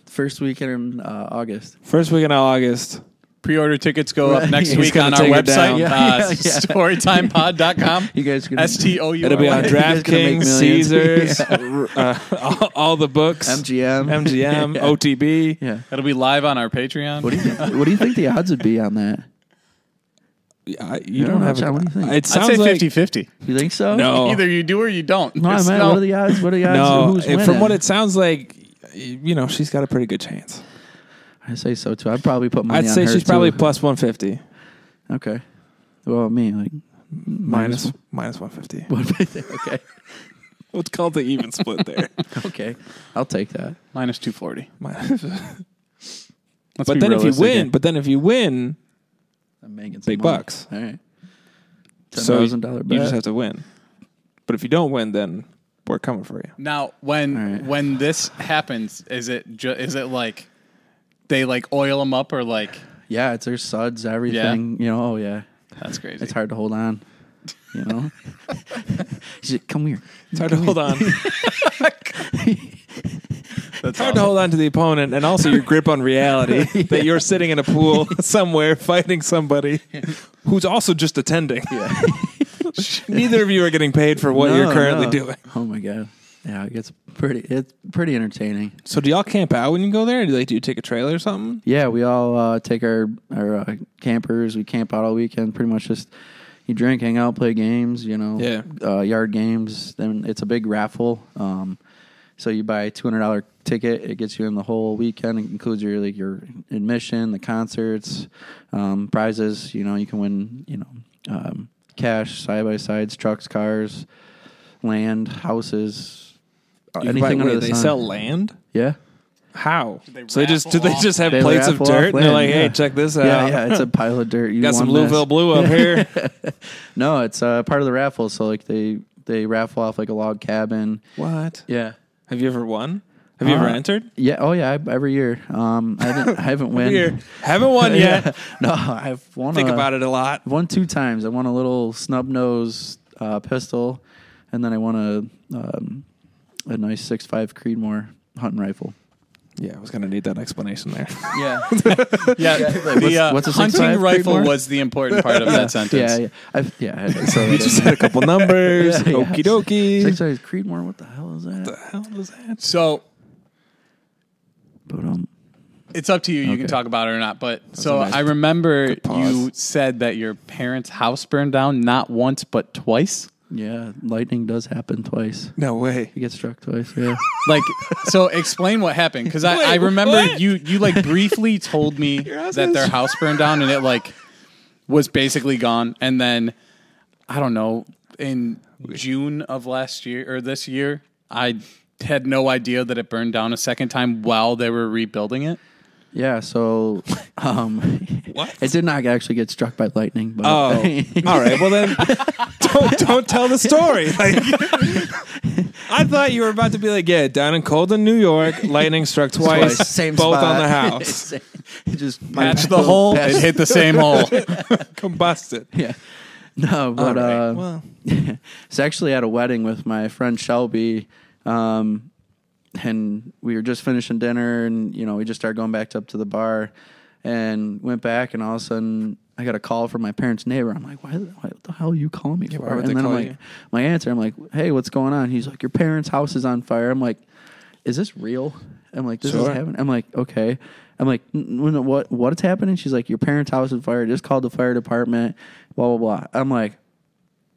S4: First weekend in uh, August.
S2: First week in August.
S1: <laughs> Pre-order tickets go up
S4: Right.
S1: next
S2: <laughs>
S4: He's
S1: week on
S2: gonna
S1: our
S2: take it down.
S1: website,
S2: <laughs>
S4: Yeah,
S1: uh,
S4: <laughs> yeah, yeah.
S1: storytimepod.com.
S4: <laughs> You guys gonna
S1: S T O U.
S2: It'll
S1: <laughs>
S2: be
S4: <laughs>
S2: on
S4: You guys gonna make
S2: DraftKings,
S4: millions.
S2: Caesars, uh, <laughs> all, all the books,
S4: MGM.
S2: <laughs> MGM, OTB.
S4: Yeah.
S1: It'll be live on our Patreon.
S4: What do you What do you think the odds would be on that?
S2: I,
S4: I
S2: you don't
S4: don't know,
S2: have.
S4: John, what do you think?
S2: It
S1: I'd
S2: sounds
S1: say
S2: like
S1: 50-50.
S4: You think so?
S2: no.
S1: Either you do or you don't.
S4: No, I
S1: It's
S4: meant,
S1: not-
S4: what are the odds? What are the odds?
S2: No,
S4: who's
S2: it-
S4: winning?
S2: from what it sounds like, you know, she's got a pretty good chance.
S4: I say so too. I'd probably put money.
S2: I'd
S4: on
S2: say
S4: her,
S2: she's probably
S4: too.
S2: plus 150.
S4: okay. Well, me like
S2: minus minus one fifty.
S4: <laughs> one fifty. Okay,
S2: Let's call it the even split there.
S4: okay, I'll take that.
S1: minus two forty.
S2: <laughs> Minus-
S1: Let's
S2: but
S1: be
S2: then if you
S1: realistic
S2: win,
S1: here.
S2: but then if you win,
S4: I'm making some
S2: Big
S4: money.
S2: bucks.
S4: All right, ten
S2: so
S4: thousand dollar
S2: you
S4: bet.
S2: just have to win. But if you don't win, then we're coming for you.
S1: now when
S4: All right.
S1: when this happens, is it ju- is it like they like oil them up or like
S4: yeah, it's their suds, everything. You know, oh yeah,
S1: that's crazy.
S4: it's hard to hold on. You know, <laughs> she's like, come here.
S2: It's hard to hold <laughs> on. it's
S1: That's
S2: hard to hold on to the opponent and also your grip on <laughs> reality that you're sitting in a <laughs> pool somewhere fighting somebody who's also just <laughs> attending.
S4: Yeah.
S2: Neither of you are getting paid for what
S4: No,
S2: you're currently
S4: no.
S2: doing.
S4: Oh my god. Yeah, it gets pretty. It's pretty entertaining.
S2: So do y'all camp out when you go there? Do like do you take a trailer or something?
S4: Yeah, we all uh, take our our uh, campers. We camp out all weekend. Pretty much just you drink, hang out, play games. You know,
S2: Yeah.
S4: uh, yard games. Then it's a big raffle. Um, so you buy a two hundred dollar ticket. It gets you in the whole weekend. It includes your like your admission, the concerts, um, prizes. You know, you can win. You know, um, cash, side by sides, trucks, cars, land, houses, uh,
S2: You can
S4: anything
S2: buy-
S4: under
S2: wait,
S4: the
S2: they
S4: sun.
S2: sell land?
S4: yeah.
S2: How?
S1: they
S2: so they just do
S1: raffle
S2: they
S1: off-
S2: just have
S4: They
S2: plates of
S4: raffle off
S2: dirt and they're
S4: land,
S2: like, hey,
S4: yeah.
S2: check this out.
S4: Yeah, yeah, it's a pile of dirt.
S2: <laughs>
S4: You
S2: Got some
S4: won
S2: Louisville
S4: this.
S2: blue <laughs> up here.
S4: No, it's uh, part of the raffle. So like they they raffle off like a log cabin.
S2: what?
S4: Yeah.
S2: Have you ever won? Have you
S4: Uh,
S2: ever entered?
S4: Yeah. Oh yeah. I, every year. Um, I didn't. I
S2: <laughs>
S4: haven't won.
S2: Here. Haven't won yet.
S4: <laughs> yeah. <laughs> No, I've won.
S2: Think
S4: a-
S2: about it a lot.
S4: I've won two times. I won a little snub nose uh, pistol, and then I won a um, a nice six five Creedmoor hunting rifle.
S2: Yeah, I was gonna need that explanation <laughs> there.
S4: <laughs> Yeah.
S1: yeah,
S4: what's-
S1: the uh,
S4: what's a
S1: hunting
S4: 6.5
S1: rifle
S4: Creedmoor?
S1: was the important part of that sentence.
S4: <laughs> yeah. Yeah. I've, yeah. I- So
S2: <laughs> you just had a couple numbers.
S4: <laughs> Yeah, yeah.
S2: Okie dokie.
S4: Six five Creedmoor. What the hell is that?
S2: the hell was that?
S1: So
S4: But um,
S1: it's up to you. You
S4: Okay.
S1: can talk about it or not. But so
S2: a nice
S1: I remember
S2: pause.
S1: you said that your parents' house burned down not once but twice.
S4: yeah, lightning does happen twice.
S2: No way.
S4: You get struck twice.
S2: <laughs>
S4: Yeah.
S1: Like, so explain what happened because I,
S2: Wait,
S1: I remember
S2: what?
S1: you you like briefly told me
S2: house
S1: that
S2: is-
S1: their house burned down and it like was basically gone. And then I don't know in June of last year or this year, I had no idea that it burned down a second time while they were rebuilding it.
S4: Yeah, so um,
S2: What?
S4: it did not actually get struck by lightning, but <laughs>
S2: Oh, all right. Well then, don't don't tell the
S4: <laughs>
S2: story. Like, I thought you were about to be like, yeah, down in Colden, New
S4: <laughs>
S2: York, lightning struck twice,
S4: same
S2: both
S4: spot.
S2: on
S4: <laughs>
S2: the house,
S4: Same- it just
S1: Patch the hole,
S4: <laughs>
S1: it hit the same hole.
S2: combusted.
S4: Yeah, no,
S2: All
S4: but
S2: right,
S4: uh,
S2: well,
S4: <laughs> it's actually at a wedding with my friend Shelby, um, and we were just finishing dinner, and you know we just started going back up to the bar, and went back, and all of a sudden I got a call from my parents' neighbor. I'm like, why, why what the hell are you calling me for?
S2: why would
S4: and
S2: they
S4: then
S2: call
S4: I'm
S2: you?
S4: like, my answer, I'm like, hey, what's going on? He's like, your parents' house is on fire. I'm like, is this real? I'm like, this
S2: Sure.
S4: is happening. I'm like, okay. I'm like, "N- n- what what's happening? She's like, your parents' house is fire. Just called the fire department. Blah blah blah. I'm like,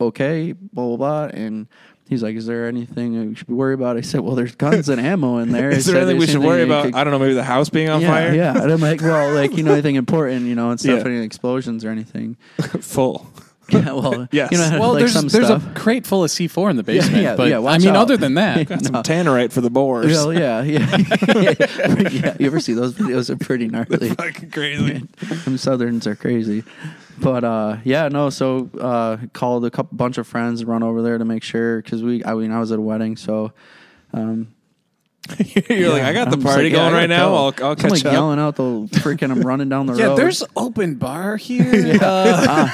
S4: okay, blah blah blah. And he's like, is there anything we should be worried about? I said, well, there's guns and
S2: <laughs>
S4: ammo in there. I
S2: is
S4: said,
S2: there anything we
S4: "There's
S2: should worry
S4: anything
S2: about?
S4: that
S2: I don't know. Maybe the house being on
S4: could- yeah,
S2: fire.
S4: yeah. And I'm like, well,
S2: <laughs>
S4: like you know, anything important, you know, and stuff,
S2: Yeah.
S4: any explosions or anything. <laughs>
S2: full.
S4: Yeah, well,
S2: Yes.
S4: you know,
S1: Well,
S4: like
S1: there's
S4: some
S1: there's <laughs>
S4: stuff.
S1: a crate full of C4 in the basement,
S4: yeah,
S1: but
S4: yeah,
S1: I
S4: watch
S1: mean,
S4: out.
S1: other than
S4: <laughs>
S1: that,
S2: Got some tannerite for the borers. <laughs>
S4: Well,
S1: <laughs>
S4: yeah, yeah, <laughs> yeah. You ever see those videos? Are
S2: <laughs>
S4: pretty gnarly.
S2: Fucking crazy.
S4: <laughs> Them Southerns are crazy. But uh, yeah, no. So uh, called a couple bunch of friends and run over there to make sure because we. I mean, I was at a wedding, so um,
S2: You're like,
S4: yeah,
S2: I got the
S4: I'm just
S2: party
S4: like, yeah, I
S2: going
S4: gotta
S2: right now.
S4: go.
S2: I'll, I'll catch
S4: I'm like
S2: up.
S4: yelling out the freaking. I'm running
S2: <laughs>
S4: down the
S1: yeah,
S4: road.
S1: there's open bar
S4: <laughs>
S1: here. Uh,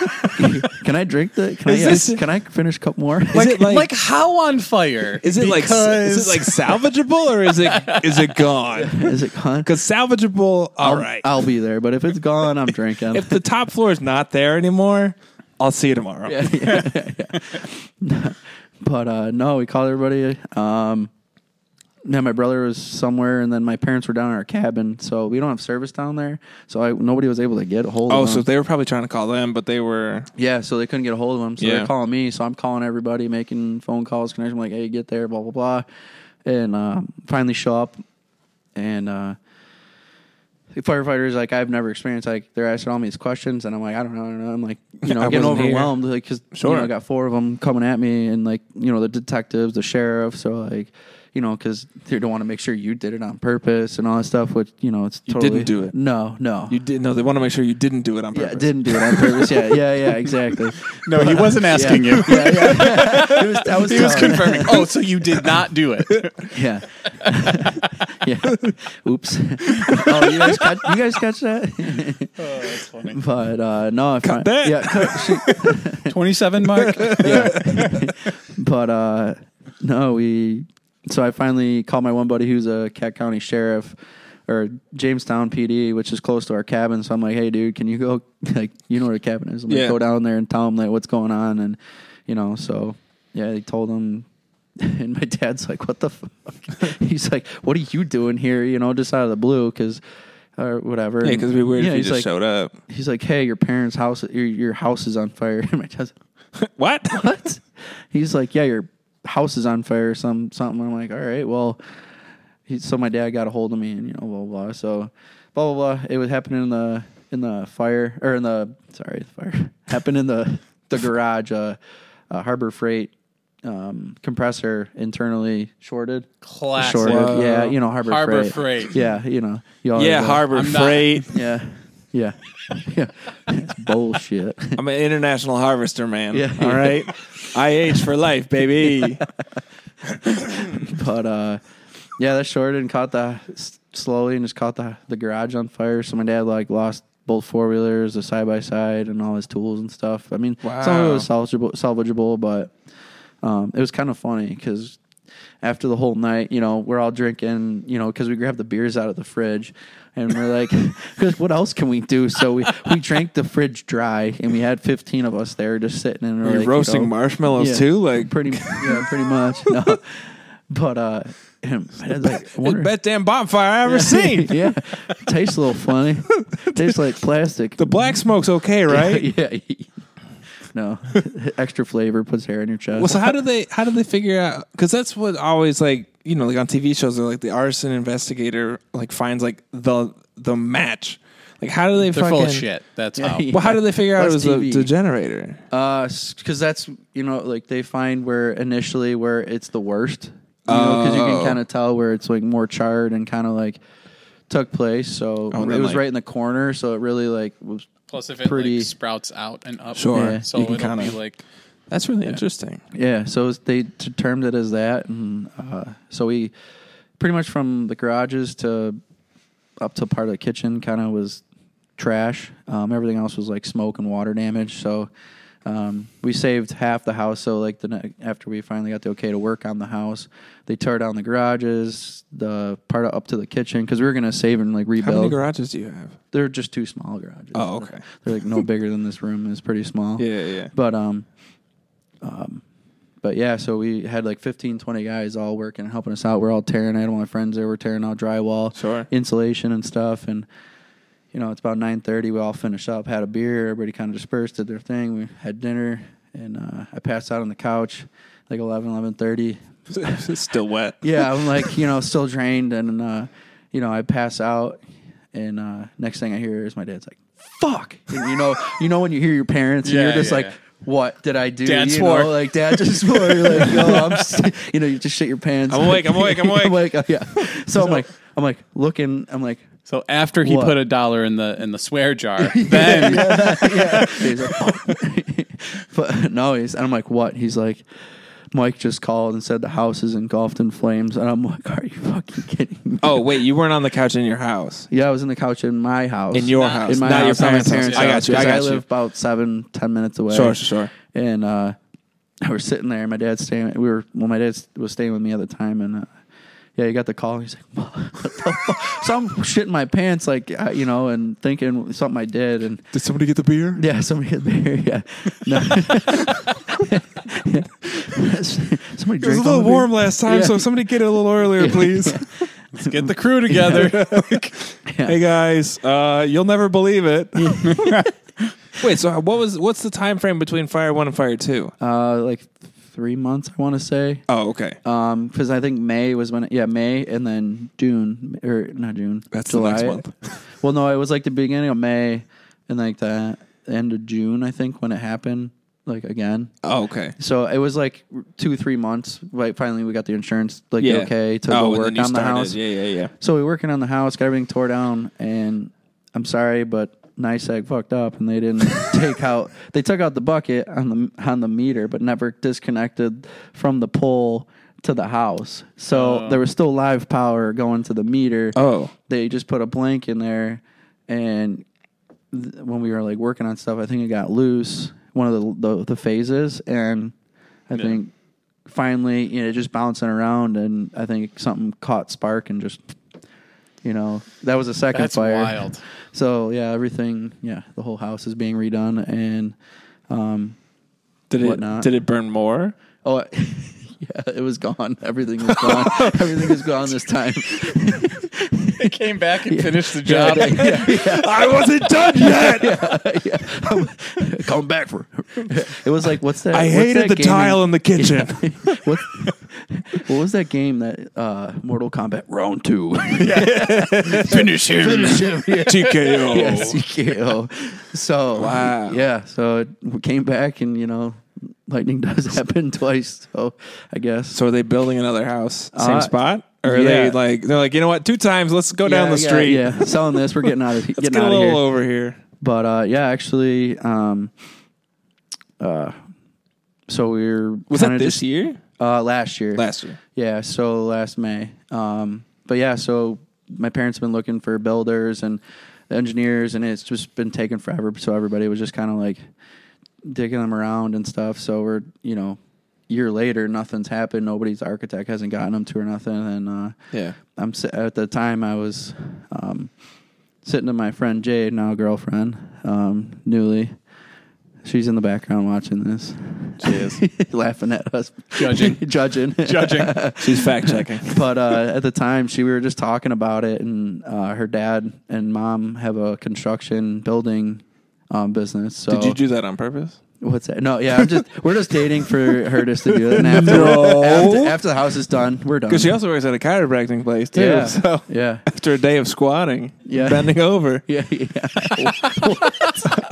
S4: Can I drink the?
S2: <laughs>
S4: Can
S2: Is
S4: I?
S2: this-
S4: can I finish a couple more?
S2: Is
S1: like,
S2: it
S1: like,
S2: <laughs> like-
S1: how on fire?
S2: Is it like is it like salvageable or
S4: <laughs>
S2: is it is it gone?
S4: <laughs> Is it gone?
S2: Because salvageable, <laughs> all
S4: I'll,
S2: right.
S4: I'll be there. But if it's gone,
S2: <laughs>
S4: I'm drinking.
S2: if the top floor is not there anymore, I'll see you tomorrow.
S4: But uh, no, we called everybody. Um, now my brother was somewhere, and then my parents were down in our cabin, so we don't have service down there. So I, nobody was able to get a hold.
S2: Oh,
S4: of
S2: so
S4: them.
S2: they were probably trying to call them, but they were
S4: yeah, so they couldn't get a hold of them. So
S2: Yeah.
S4: they're calling me. So I'm calling everybody, making phone calls, connection. like, hey, get there, blah blah blah, and uh, finally show up, and uh, firefighters like I've never experienced like they're asking all these questions and I'm like I don't know I don't know I'm like you know
S2: I
S4: I'm getting
S2: wasn't here.
S4: overwhelmed like because
S2: Sure.
S4: you know, I got four of them coming at me and like you know the detectives the sheriff so like you know because they don't want to make sure you did it on purpose and all that stuff which you know it's
S2: You
S4: totally,
S2: didn't do it.
S4: no no
S2: You did no. They want to make sure you didn't do it on
S4: yeah
S2: purpose.
S4: didn't do it on purpose yeah yeah yeah exactly
S2: <laughs>
S1: No, he wasn't asking
S4: yeah.
S1: you.
S4: <laughs> yeah yeah It was, I was
S1: He
S2: <laughs>
S1: was
S4: telling-
S1: confirming. Oh, so you did not do <laughs> it.
S4: Yeah. <laughs> yeah. Oops. oh, you guys, catch, you guys catch that? <laughs> but uh, no, if
S2: Cut
S4: I,
S2: that.
S4: Yeah, cut-
S1: 27, <laughs> Mark?
S4: but uh, no, we. So I finally called my one buddy who's a Cat County sheriff or Jamestown PD, which is close to our cabin. So I'm like, hey, dude, can you go? <laughs> Like, you know where the cabin is? I'm like,
S2: Yeah.
S4: go down there and tell him like what's going on, and you know, so yeah, they told him. <laughs> And my dad's like, "What the fuck?" <laughs> He's like, "What are you doing here?" You know, just out of the blue, because or whatever.
S2: Yeah, because we weird if
S4: Yeah,
S2: you
S4: he's
S2: just
S4: like,
S2: showed up.
S4: He's like, "Hey, your parents' house, your your house is on fire." <laughs> And my dad's, <laughs>
S2: What? <laughs>
S4: what? <laughs> He's like, yeah, your house is on fire or some something. I'm like, all right, well. He, so my dad got a hold of me and you know blah blah. blah. So blah blah blah. It was happening in the in the fire or in the sorry the fire <laughs> happened in the the garage. Uh, uh, Harbor Freight um, compressor internally shorted.
S1: Classic.
S4: Shorted. Yeah, you know Harbor,
S1: Harbor
S4: Freight.
S1: Freight.
S4: Yeah, you know. You always
S2: yeah,
S4: know.
S2: Harbor
S1: I'm not-
S2: Freight.
S4: Yeah, <laughs> yeah, yeah. It's
S2: <laughs>
S4: bullshit.
S2: I'm an international harvester, man.
S4: Yeah.
S2: All right.
S4: <laughs>
S2: IH for life, baby.
S4: <laughs> but uh, yeah, that shorted and caught the s- slowly and just caught the the garage on fire. So my dad like lost both four wheelers, the side by side, and all his tools and stuff. I mean, some of it
S2: Wow.
S4: was salvageable, salvageable, but um, it was kind of funny because after the whole night, you know, we're all drinking, you know, because we grabbed the beers out of the fridge and we're like, <laughs> 'Cause what else can we do? So we, we drank the fridge dry and we had 15 of us there just sitting and we're
S2: Are you
S4: like,
S2: roasting
S4: know,
S2: marshmallows
S4: yeah,
S2: too? Like,
S4: pretty yeah,
S2: <laughs>
S4: pretty much. No. But uh and my dad's like, I wonder-
S2: best damn bonfire I ever seen.
S4: <laughs> yeah. Tastes a little funny.
S2: <laughs>
S4: Tastes like plastic.
S2: The black smoke's okay, right?
S4: <laughs> yeah. No. <laughs> Extra flavor puts hair in your chest.
S2: Well, so how do they how do they figure out? Because that's what always like you know like on TV shows they're like the arson investigator like finds like the the match. Like how do they
S1: They're
S2: fucking
S1: full of shit. That's how.
S4: Yeah.
S2: Well, how do they figure out it
S4: Plus
S2: was the,
S4: TV.
S2: the generator?
S4: Uh, because that's you know like they find where initially where it's the worst because you can
S2: Oh.
S4: kind of tell where it's like more charred and kind of like took place so
S2: Oh, and
S4: it
S2: then,
S4: was
S2: like-
S4: right in the corner so it really like was
S1: Plus, if it
S4: Pretty-
S1: like, sprouts out and up,
S2: Sure.
S4: Yeah.
S1: so
S2: You can
S1: it'll be
S2: kinda-
S1: like
S2: That's really interesting.
S4: Yeah, so it was- they t- termed it as that, and uh, so we pretty much from the garages to up to part of the kitchen kind of was trash. Um, everything else was like smoke and water damage. So um, we saved half the house. So like the ne- after we finally got the okay to work on the house, they tore down the garages, the part of up to the kitchen because we were gonna save and like
S2: How many
S4: rebuild.
S2: garages do you have?
S4: They're just two small garages.
S2: Oh, okay.
S4: They're
S2: <laughs>
S4: like no bigger than this room. It's pretty small.
S2: Yeah, yeah.
S4: But um, um, but yeah, so we had like 15, 20 guys all working and helping us out. We're all tearing. I had one of my friends there. We're tearing out drywall,
S2: Sure.
S4: insulation and stuff. And you know, it's about nine thirty. We all finished up, had a beer. Everybody kind of dispersed, did their thing. We had dinner, and uh, I passed out on the couch, like 11, 11.30.
S2: <laughs> it's still wet.
S4: Yeah, I'm like, you know, still drained, and uh, you know, I pass out, and uh, next thing I hear is my dad's like, "Fuck," and you know, you know when you hear your parents, and
S1: Yeah,
S4: you're just
S1: yeah,
S4: like.
S1: yeah.
S4: What did I do?
S1: Dad
S4: you
S1: swore.
S4: know, like dad just swore. You're like,
S2: <laughs>
S4: yo, I'm, s- you know, you just shit your pants.
S2: I'm awake, I'm awake, I'm
S4: <laughs> I'm awake. oh, yeah. So I'm like, I'm like looking. I'm like, <laughs>
S1: So after he
S4: What?
S1: put a dollar in the in the swear
S2: <laughs>
S1: jar, then
S4: He's like, <laughs> but no, he's and I'm like, what? He's like, Mike just called and said the house is engulfed in flames, and I'm like, are you fucking kidding me?
S2: Oh wait, you weren't on the couch in your house.
S4: Yeah, I was in the couch in my house.
S2: In your house,
S4: in my
S2: not
S4: house,
S2: your parents'
S4: not my
S2: house.
S4: parents'
S2: I
S4: house,
S2: got you. I
S4: 'cause
S2: got you.
S4: live about seven, ten minutes away.
S2: Sure, sure, sure.
S4: And uh, we're sitting there. and My dad's staying. We were well. My dad was staying with me at the time, and uh, yeah, he got the call. And he's like, "What the fuck?" <laughs> So I'm shitting my pants, like uh, you know, and thinking something I did, and <laughs>
S2: Did somebody get the beer?
S4: yeah, somebody hit there. <laughs> Yeah, no. somebody
S2: It
S4: drank.
S2: was a
S4: all
S2: little
S4: the beer.
S2: warm last time,
S4: Yeah.
S2: so somebody get it a little earlier,
S4: <laughs> Yeah.
S2: please.
S1: let's get the crew
S2: <laughs>
S1: together.
S4: Yeah.
S2: Hey guys, uh, you'll never believe <laughs> it. Wait, so what was what's the time frame between Fire One and Fire Two?
S4: Uh, like three months, I want to say.
S2: Oh, okay.
S4: Um, because I think May was when, yeah, May and then June or not June.
S2: That's the
S4: July.
S2: next month.
S4: <laughs> well, no, it was like the beginning of May and like the end of June, I think, when it happened. Like again,
S2: oh, okay.
S4: so it was like two, three months. Like finally, we got the insurance, like
S2: Yeah.
S4: okay, to
S2: oh,
S4: go
S2: and
S4: work
S2: then you
S4: on the
S2: started.
S4: house.
S2: Yeah, yeah, yeah.
S4: So we were working on the house, got everything tore down, and I'm sorry, but NYSEG fucked up, and they
S2: <laughs>
S4: didn't take out. They took out the bucket on the on the meter, but never disconnected from the pole to the house. So there was still live power going to the meter.
S2: Oh.
S4: they just put a blank in there, and th- when we were like working on stuff, I think it got loose one of the the, the phases, and I think finally you know just bouncing around, and I think something caught spark and just you know that was a second
S1: That's
S4: fire.
S1: wild.
S4: So yeah, everything yeah the whole house is being redone, and um
S2: Did it
S4: Whatnot.
S2: did it burn more?
S4: oh. <laughs> Yeah, it was gone. Everything was gone. Everything was gone this time.
S1: They came back and finished the job.
S2: <laughs> I wasn't <laughs> done yet.
S4: Come back for. It was like what's that?
S2: I
S4: what's
S2: hated
S4: that
S2: the
S4: game in-
S2: tile in the kitchen.
S4: <laughs> what, what was that game that uh, Mortal Kombat Round
S1: <laughs>
S4: Two?
S1: Finish him.
S2: <laughs> TKO.
S4: yes, TKO. Oh. <laughs> So
S2: Wow.
S4: yeah. So it we came back, and you know, lightning <laughs> does happen twice. So I guess
S2: So are they building another house? Same
S4: Uh,
S2: spot? Or are
S4: yeah.
S2: they like they're like, you know what, two times, let's go down
S4: Yeah,
S2: the
S4: yeah,
S2: street.
S4: Yeah, selling this, we're getting
S2: <laughs>
S4: out of
S2: Let's
S4: getting
S2: get a
S4: out of
S2: little
S4: here.
S2: over here.
S4: But uh, yeah, actually, um, uh, so we we're
S2: Was
S4: kinda
S2: that this
S4: just-
S2: year?
S4: Uh, last year.
S2: Last year.
S4: Yeah, so last May. Um, but yeah, so my parents have been looking for builders and engineers, and it's just been taking forever. So everybody was just kind of like digging them around and stuff. So we're, you know, year later, nothing's happened. Nobody's architect hasn't gotten them to or nothing. And uh,
S2: Yeah.
S4: I'm si- at the time I was um, sitting to my friend Jade, now girlfriend, um, newly. She's in the background watching this. She is <laughs> laughing at us,
S1: Judging.
S4: <laughs> judging,
S1: Judging.
S2: She's fact checking.
S4: <laughs> but uh, at the time, she we were just talking about it, and uh, her dad and mom have a construction building um, business. So
S2: Did you do that on purpose?
S4: what's that? No, yeah, I'm just we're just dating for her just to do it. And after,
S2: No.
S4: after, after the house is done, we're done.
S2: Because she also works at a chiropractic place too.
S4: yeah,
S2: So
S4: yeah,
S2: after a day of squatting,
S4: Yeah.
S2: bending over.
S4: yeah, yeah. <laughs>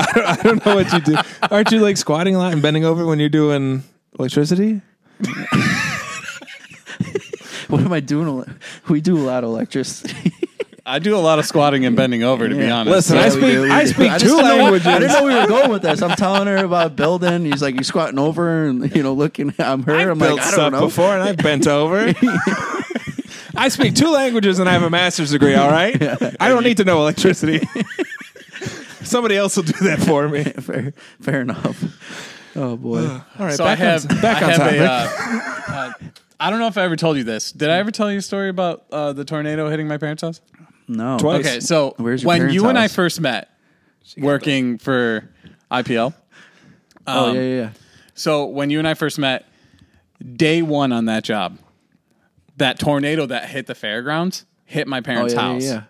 S2: I don't know what you do. Aren't you like squatting a lot and bending over when you're doing electricity?
S4: What am I doing? a lot- We do a lot of electricity.
S1: I do a lot of squatting and bending over, to be
S4: Yeah.
S1: honest.
S2: Listen, I
S4: Yeah, we
S2: speak
S4: do,
S2: <laughs>
S4: we
S2: I
S4: do.
S2: speak
S4: I
S2: two
S4: just know-
S2: languages.
S4: I didn't know we were going with this. I'm telling her about building. He's like, you squatting over and you know looking. I'm her.
S2: I've
S4: am
S2: built
S4: like, I
S2: stuff
S4: don't know.
S2: before and I've bent over. I speak two languages and I have a master's degree, all right? I don't need to know electricity. <laughs> Somebody else will do that for
S4: <laughs>
S2: me.
S4: fair, fair enough. Oh
S1: Uh,
S4: boy.
S2: All right,
S1: so I
S2: back
S1: have
S2: on, back
S1: I
S2: on
S1: have
S2: topic.
S1: a, uh, <laughs> uh, I don't know if I ever told you this. Did I ever tell you a story about uh, the tornado hitting my parents' house?
S4: No.
S2: Twice.
S1: Okay, so
S4: Where's your
S1: when
S4: parents'
S1: you and I
S4: house?
S1: first met, working for IPL.
S4: Oh
S1: um,
S4: yeah, yeah, Oh, yeah.
S1: So when you and I first met, day one on that job, that tornado that hit the fairgrounds hit my
S4: Oh
S1: parents'
S4: yeah, yeah,
S1: house.
S4: yeah.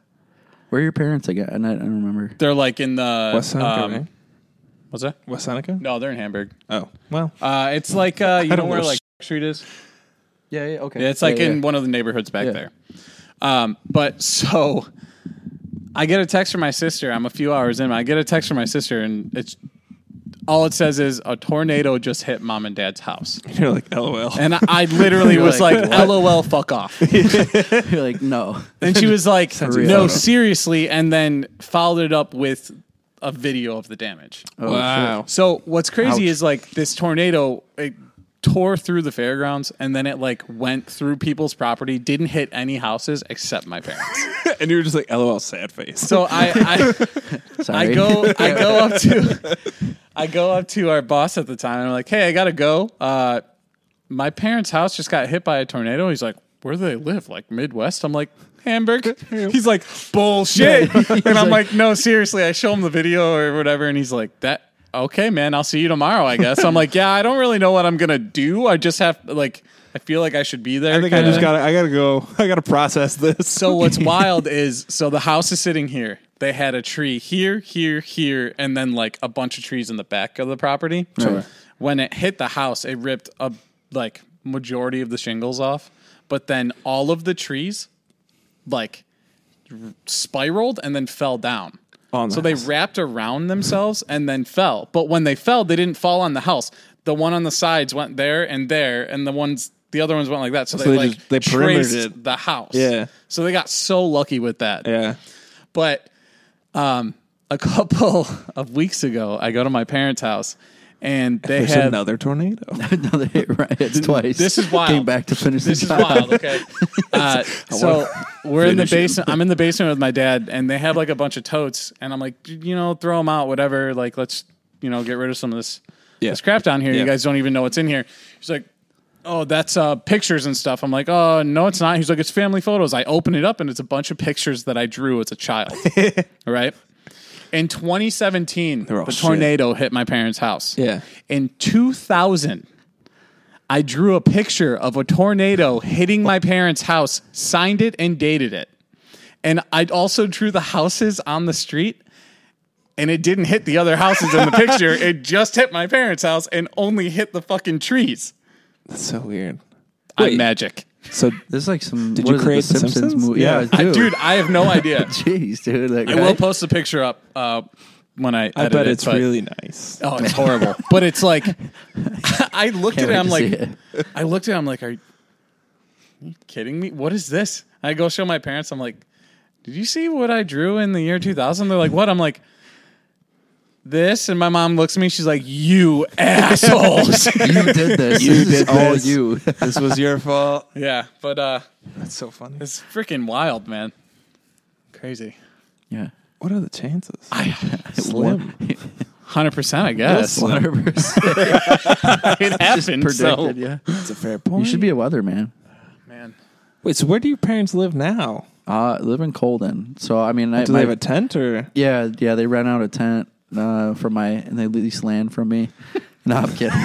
S4: Where are your parents again? I don't I don't remember.
S1: They're like in the
S2: West Seneca,
S1: um,
S2: right?
S1: What's that?
S2: West Seneca?
S1: No, they're in Hamburg.
S2: Oh, well.
S1: Uh, it's
S4: <laughs>
S1: like uh, you know
S2: don't
S1: where
S2: know
S1: like Street is.
S4: Yeah, yeah, okay.
S1: Yeah, it's like in one of the neighborhoods back
S4: Yeah.
S1: there. Um, but so I get a text from my sister. I'm a few hours in. I get a text from my sister, and it's all it says is a tornado just hit mom and dad's house.
S2: You're like, LOL.
S1: And I, I literally
S4: <laughs> You're
S1: was
S4: like,
S1: like,
S4: "What?"
S1: "LOL, fuck off."
S4: <laughs> You're like, no.
S1: And she was
S4: <laughs>
S1: like,
S4: a
S1: "No,
S4: photo.
S1: seriously," and then followed it up with a video of the damage.
S4: Oh,
S2: wow.
S1: So what's crazy
S4: Ouch.
S1: is like this tornado it tore through the fairgrounds and then it like went through people's property, didn't hit any houses except my
S4: <laughs>
S1: parents.
S2: <laughs> and you were just like, LOL, sad face.
S1: so I
S4: shit. Sorry.
S1: I, I
S2: <laughs>
S1: go I go up to I go up to our boss at the time and I'm like, hey, I gotta go. Uh, my parents' house just got hit by a tornado. He's like, where do they live? Like Midwest? I'm like.
S2: <laughs>
S1: Hamburg. He's like bullshit, and I'm like, no, seriously. I show him the video or whatever, and he's like, that okay, man. I'll see you tomorrow, I guess. I'm like, yeah, I don't really know what I'm gonna do. I just have like, I feel like <laughs> I should be there.
S2: I think I
S1: kinda
S2: just got to I got to go. I got to process this.
S1: so
S2: <laughs>
S1: what's wild is so the house is sitting here. They had a tree here, here, here, and then like a bunch of trees in the back of the property. When it hit the house, it ripped a like majority of the shingles off, but then all of the trees like r- spiraled and then fell down.
S2: Oh,
S1: So they
S2: nice.
S1: wrapped around themselves and then fell. But when they fell, they didn't fall on the house. The one on the sides went there and there, and the ones the other ones went like that. So,
S2: they
S1: they, like
S2: just- they perimetered
S1: traced
S2: it.
S1: the house.
S2: Yeah.
S1: So they got so lucky with that
S2: Yeah.
S1: but um, a <laughs> couple of weeks ago, I go to my parents' house and they
S2: <laughs> There's
S1: had
S2: another <laughs> tornado.
S4: <laughs> Another hit right hits twice.
S1: this is wild.
S4: Came back to finish
S1: This
S4: the
S1: is
S4: job.
S1: wild.
S2: <laughs>
S1: Okay, uh, so we're in the
S2: finish it.
S1: basement. I'm in the basement with my dad, and they have like a bunch of totes, and I'm like, you know, throw them out, whatever. Like, let's you know, get rid of some of this
S2: Yeah.
S1: this crap down here.
S2: Yeah.
S1: You guys don't even know what's in here. He's like. Oh, that's uh, pictures and stuff. I'm like, oh no, it's not. He's like, it's family photos. I open it up and it's a bunch of pictures that I drew as a
S2: <laughs>
S1: child. right? In 2017,
S2: all
S1: the
S2: shit.
S1: tornado hit my parents' house.
S2: Yeah.
S1: In 2000, I drew a picture of a tornado hitting my parents' house, signed it, and dated it. And I also drew the houses on the street, and it didn't hit the other houses
S2: <laughs>
S1: in the picture. It just hit my parents' house and only hit the fucking trees.
S2: That's so weird.
S1: I'm
S2: Wait.
S1: magic.
S2: So
S4: This is like some. Did
S2: you create The Simpsons?
S4: movie?
S2: Yeah.
S4: Yeah,
S1: I,
S4: dude.
S1: dude, I have no
S2: <laughs>
S1: idea.
S4: <laughs> Jeez, dude. Like,
S1: I will post the picture up uh, when I.
S2: I
S1: edit
S2: bet
S1: it,
S2: it's
S1: but-
S2: really nice.
S1: Oh,
S4: <laughs>
S1: it's horrible. but it's like <laughs> I looked at it.
S4: Can't wait
S1: I'm
S4: to
S1: like,
S4: see <laughs>
S1: I looked at it. I'm like, are you, are you kidding me? What is this? I go show my parents. I'm like, did you see what I drew in the year 2000? They're like, what? I'm like, this. And my mom looks at me. She's like, you assholes. <laughs>
S4: You did this.
S2: You
S4: this
S2: did
S4: is all
S2: this. <laughs>
S4: you.
S2: this was your fault.
S1: yeah, but uh,
S2: <laughs> That's so funny.
S1: it's freaking wild, man. Crazy.
S4: Yeah.
S2: What are the chances?
S4: <laughs> Slim.
S1: Hundred percent, I guess. <laughs> it happened.
S4: Predicted,
S1: So,
S4: yeah.
S2: That's a fair point.
S4: You should be a weatherman.
S1: man,
S2: Wait, so where do your parents live now?
S4: Uh, live in Colden. So, I mean, I,
S2: Do
S4: my-
S2: they have a tent or?
S4: Yeah, yeah. They rent out a tent uh, for my, and they lease land from <laughs> me. no, I'm kidding.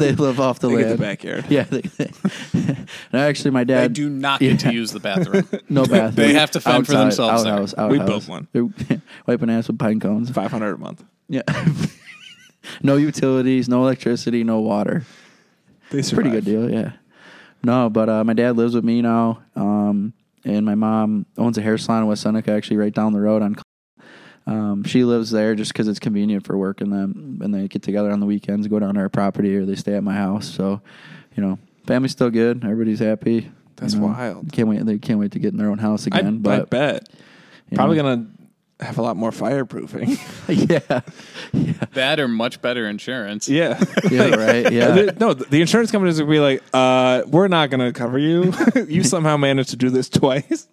S4: they live off the land.
S2: backyard.
S4: <laughs> Yeah. They, they- <laughs> no, actually, my
S1: they
S4: dad.
S1: do not get to use the
S4: <laughs>
S1: bathroom.
S4: no bathroom.
S1: they have to fend for
S4: Outside,
S1: themselves there.
S4: Outhouse,
S2: We
S4: outhouse.
S2: built one.
S4: They're <laughs> wiping ass with pine cones.
S2: Five hundred a month.
S4: <laughs> Yeah. <laughs> no utilities, no electricity, no water.
S2: They
S4: It's a pretty good deal, yeah. No, but uh, my dad lives with me now, um, and my mom owns a hair salon in West Seneca, actually right down the road on. Um, she lives there just because it's convenient for work, and them and they get together on the weekends, go down to our property, or they stay at my house. So, you know, family's still good. Everybody's happy. you
S2: That's
S4: know.
S2: wild.
S4: Can't wait. They can't wait to get in their own house
S2: I,
S4: again.
S2: I
S4: but
S2: bet.
S4: you
S2: Probably
S4: know.
S2: gonna have a lot more <laughs> fireproofing.
S4: <laughs> yeah,
S1: that or much better insurance.
S2: yeah.
S4: yeah, <laughs> right, yeah.
S2: The- no, the the insurance companies would be like, uh, "We're not going to cover you. <laughs> you somehow managed to do this twice.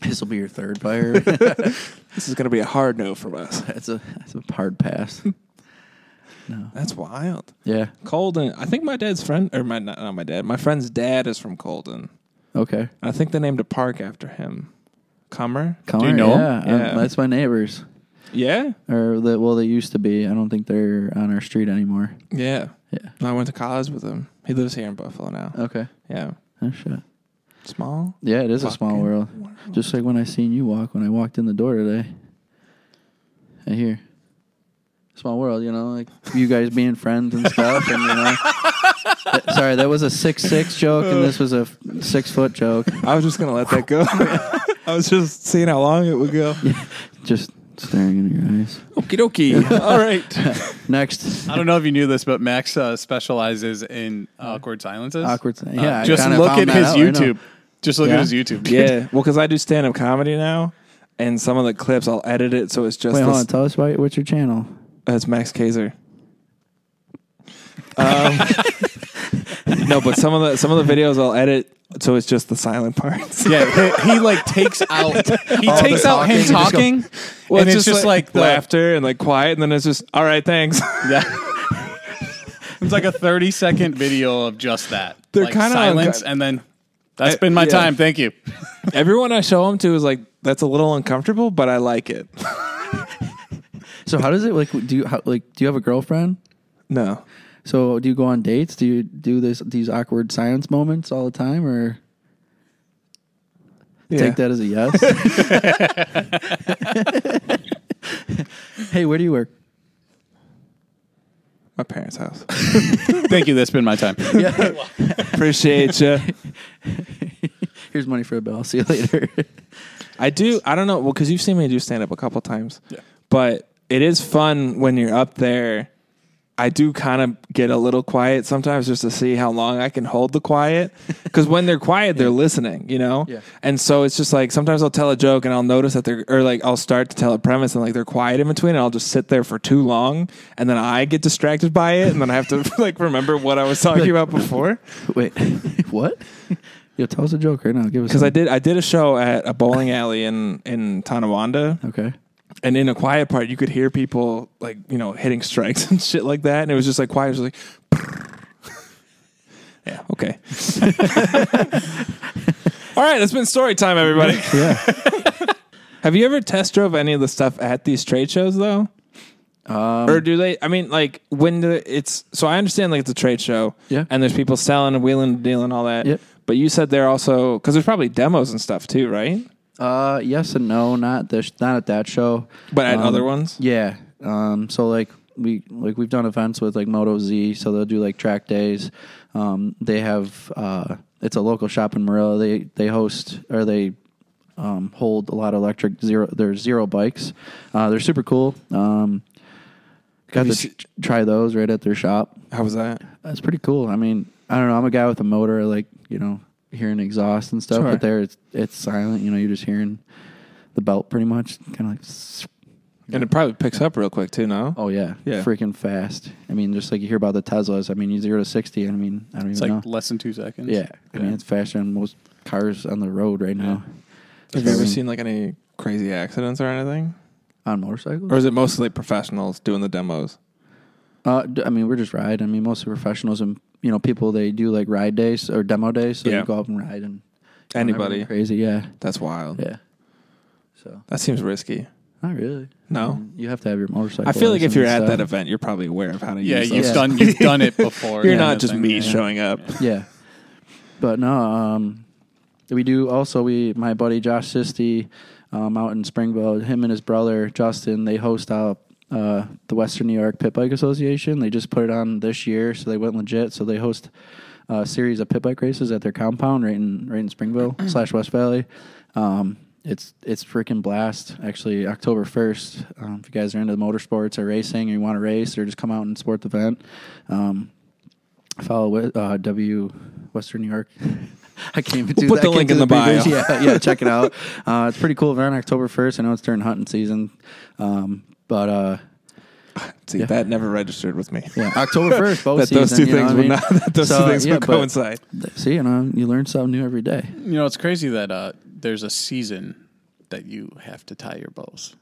S4: This will be your third fire.
S2: This is going to be a hard no from us."
S4: <laughs> that's <laughs> a that's a hard pass.
S2: That's wild.
S4: Yeah.
S2: Colden. I think my dad's friend, or my not, not my dad, my friend's dad is from Colden.
S4: Okay.
S2: I think they named a park after him. Comer.
S4: Colin,
S1: you know 'em?
S4: yeah, um,
S2: Yeah.
S4: that's my neighbors.
S2: Yeah.
S4: Or that well, they used to be. I don't think they're on our street anymore.
S2: Yeah.
S4: Yeah.
S2: I went to college with him. He lives here in Buffalo now.
S4: Okay.
S2: Yeah.
S4: Oh shit.
S2: Small.
S4: Yeah, it is a small
S2: Fucking
S4: world. Just like when I seen you walk when I walked in the door today. I hear. Small world, you know, like you guys being friends and stuff, and you know. That- sorry, that was a six six joke, and this was a f- six foot joke. <laughs>
S2: I was just gonna let that <laughs> go. I was just seeing how long it would go.
S4: Just staring into your eyes.
S2: Okie
S1: <laughs>
S2: dokie. All right.
S4: Next,
S1: I don't know if you knew this, but Max uh, specializes in awkward silences.
S4: awkward. si-
S1: Uh,
S4: Yeah, I
S1: just
S4: kinda
S1: look
S4: found
S1: at
S4: that
S1: his
S4: out, I know.
S1: YouTube. Just look at
S4: Yeah.
S1: his YouTube.
S2: yeah. <laughs> Well, because I do stand up comedy now, and some of the clips I'll edit it so it's just
S4: Wait, hold on.
S2: this,
S4: Tell us why. What's your channel?
S2: uh, it's Max <laughs> Kaiser. Um, <laughs> no, but some of the some of the videos I'll edit so it's just the silent parts.
S1: <laughs> yeah. He, he, like
S4: <laughs>
S1: takes out. He takes
S4: the
S1: out him
S4: talking, <laughs>
S1: talking, and it's just like, the,
S2: laughter and like quiet, and then it's just all right, thanks. <laughs>
S1: It's like a thirty second video of just that.
S2: They're
S1: like
S2: kinda
S1: silence,
S2: unco-
S1: and then that's
S2: I-
S1: been my
S2: yeah.
S1: time. Thank you.
S2: Everyone I show them to is like, that's a little uncomfortable, but I like it. <laughs>
S4: So how does it like? Do you how, like? Do you have a girlfriend?
S2: No,
S4: So do you go on dates? Do you do this these awkward silence moments all the time, or
S2: yeah.
S4: take that as a yes?
S2: <laughs>
S4: <laughs> hey, where do you work?
S2: my parents' house.
S1: Thank you. That's been my time.
S2: Appreciate you.
S4: Here's money for a bill. See you later. <laughs>
S2: I do. I don't know. Well, because you've seen me do stand up a couple times.
S1: Yeah.
S2: But it is fun when you're up there. I do kind of get a little quiet sometimes just to see how long I can hold the quiet. Because when they're quiet, they're listening, you know?
S4: Yeah.
S2: And so it's just like sometimes I'll tell a joke and I'll notice that they're, or like I'll start to tell a premise and like they're quiet in between and I'll just sit there for too long and then I get distracted by it and then I have to <laughs> like remember what I was talking about before.
S4: Wait, <laughs> what? Yo, tell us a joke right now. Give us
S2: Because I
S4: one.
S2: did, I did a show at a bowling alley in, in Tonawanda.
S4: Okay.
S2: and in a quiet part, you could hear people like you know hitting strikes <laughs> and shit like that, and it was just like quiet. It was like, <laughs> yeah, okay. <laughs> All right, it's been story time, <laughs> everybody.
S4: Yeah.
S2: Have you ever test drove any of the stuff at these trade shows though? or do they? I mean, like when the, it's so I understand like it's a trade show,
S4: Yeah.
S2: and there's people selling and wheeling and dealing and all that.
S4: Yep.
S2: But you said they're also because there's probably demos and stuff too, right?
S4: Uh, yes and no. Not this. Not at that show.
S2: But at
S4: Um,
S2: other ones,
S4: Yeah. Um, so like we like we've done events with like Moto Z, so they'll do like track days. Um, they have uh, it's a local shop in Marilla. They they host or they um, hold a lot of electric zero. There's zero bikes. Uh, they're super cool. Um, got
S2: you
S4: to
S2: se-
S4: tr- try those right at their shop.
S2: how was that?
S4: That's pretty cool. I mean, I don't know. I'm a guy with a motor. I like you know hearing exhaust and stuff,
S2: Sure.
S4: but there it's it's silent. You know, you're just hearing the belt pretty much, kind of like. s-
S2: And it probably picks up real quick too. No,
S4: Oh yeah,
S2: Yeah.
S4: freaking fast. I mean, just like you hear about the Teslas. I mean, you zero to sixty. I mean, I don't
S1: It's
S4: even
S1: like
S4: know.
S1: less than two seconds.
S4: Yeah, I mean, it's faster than most cars on the road right now.
S2: Have you ever
S4: Mhm.
S2: seen like any crazy accidents or anything?
S4: On motorcycles,
S2: Or is it mostly professionals doing the demos?
S4: uh, d- I mean, we're just ride. I mean, most of the professionals and you know people they do like ride days or demo days, so
S2: Yeah.
S4: you go up and ride and
S2: Anybody?
S4: crazy. Yeah,
S2: That's wild.
S4: yeah. So
S2: That seems risky.
S4: not really.
S2: No.
S4: I mean, you have to have your motorcycle.
S2: I feel like if
S4: license
S2: you're
S4: and
S2: at that
S4: stuff.
S2: event, you're probably aware of how to
S1: Yeah,
S2: use
S1: you've
S4: Yeah.
S2: those.
S1: done you've done
S4: <laughs>
S1: it before.
S2: You're
S1: Yeah,
S2: not
S1: that
S2: just
S1: thing,
S2: me
S1: yeah.
S2: showing up.
S4: Yeah. But no, um, we do also we my buddy Josh Sisti um, out in Springville, him and his brother Justin, they host out uh, the Western New York Pit Bike Association. They just put it on this year, so they went legit. So they host a series of pit bike races at their compound right in right in Springville slash West Valley. Um, it's it's freaking blast. Actually, October first. Um, if you guys are into motorsports or racing, or you want to race, or just come out and support the event, um, follow wi- uh, W Western New York. <laughs> I can't even do
S2: put the
S4: that. I can't
S2: link
S4: do
S2: in the
S4: big words.
S2: bio. <laughs>
S4: Yeah, yeah, check it out. Uh, it's pretty cool event October 1st. I know it's during hunting season. Um, but uh,
S2: See, that never registered
S4: <laughs>
S2: with me.
S4: yeah,
S2: <laughs>
S4: October 1st, both
S2: That those two
S4: season, you know
S2: things
S4: what I
S2: would
S4: mean?
S2: not. <laughs> That those
S4: So,
S2: two things
S4: yeah,
S2: would
S4: but- <laughs>
S2: coincide.
S4: See, you know, you learn something new every day.
S1: You know, it's crazy that uh, there's a season that you have to tie your bows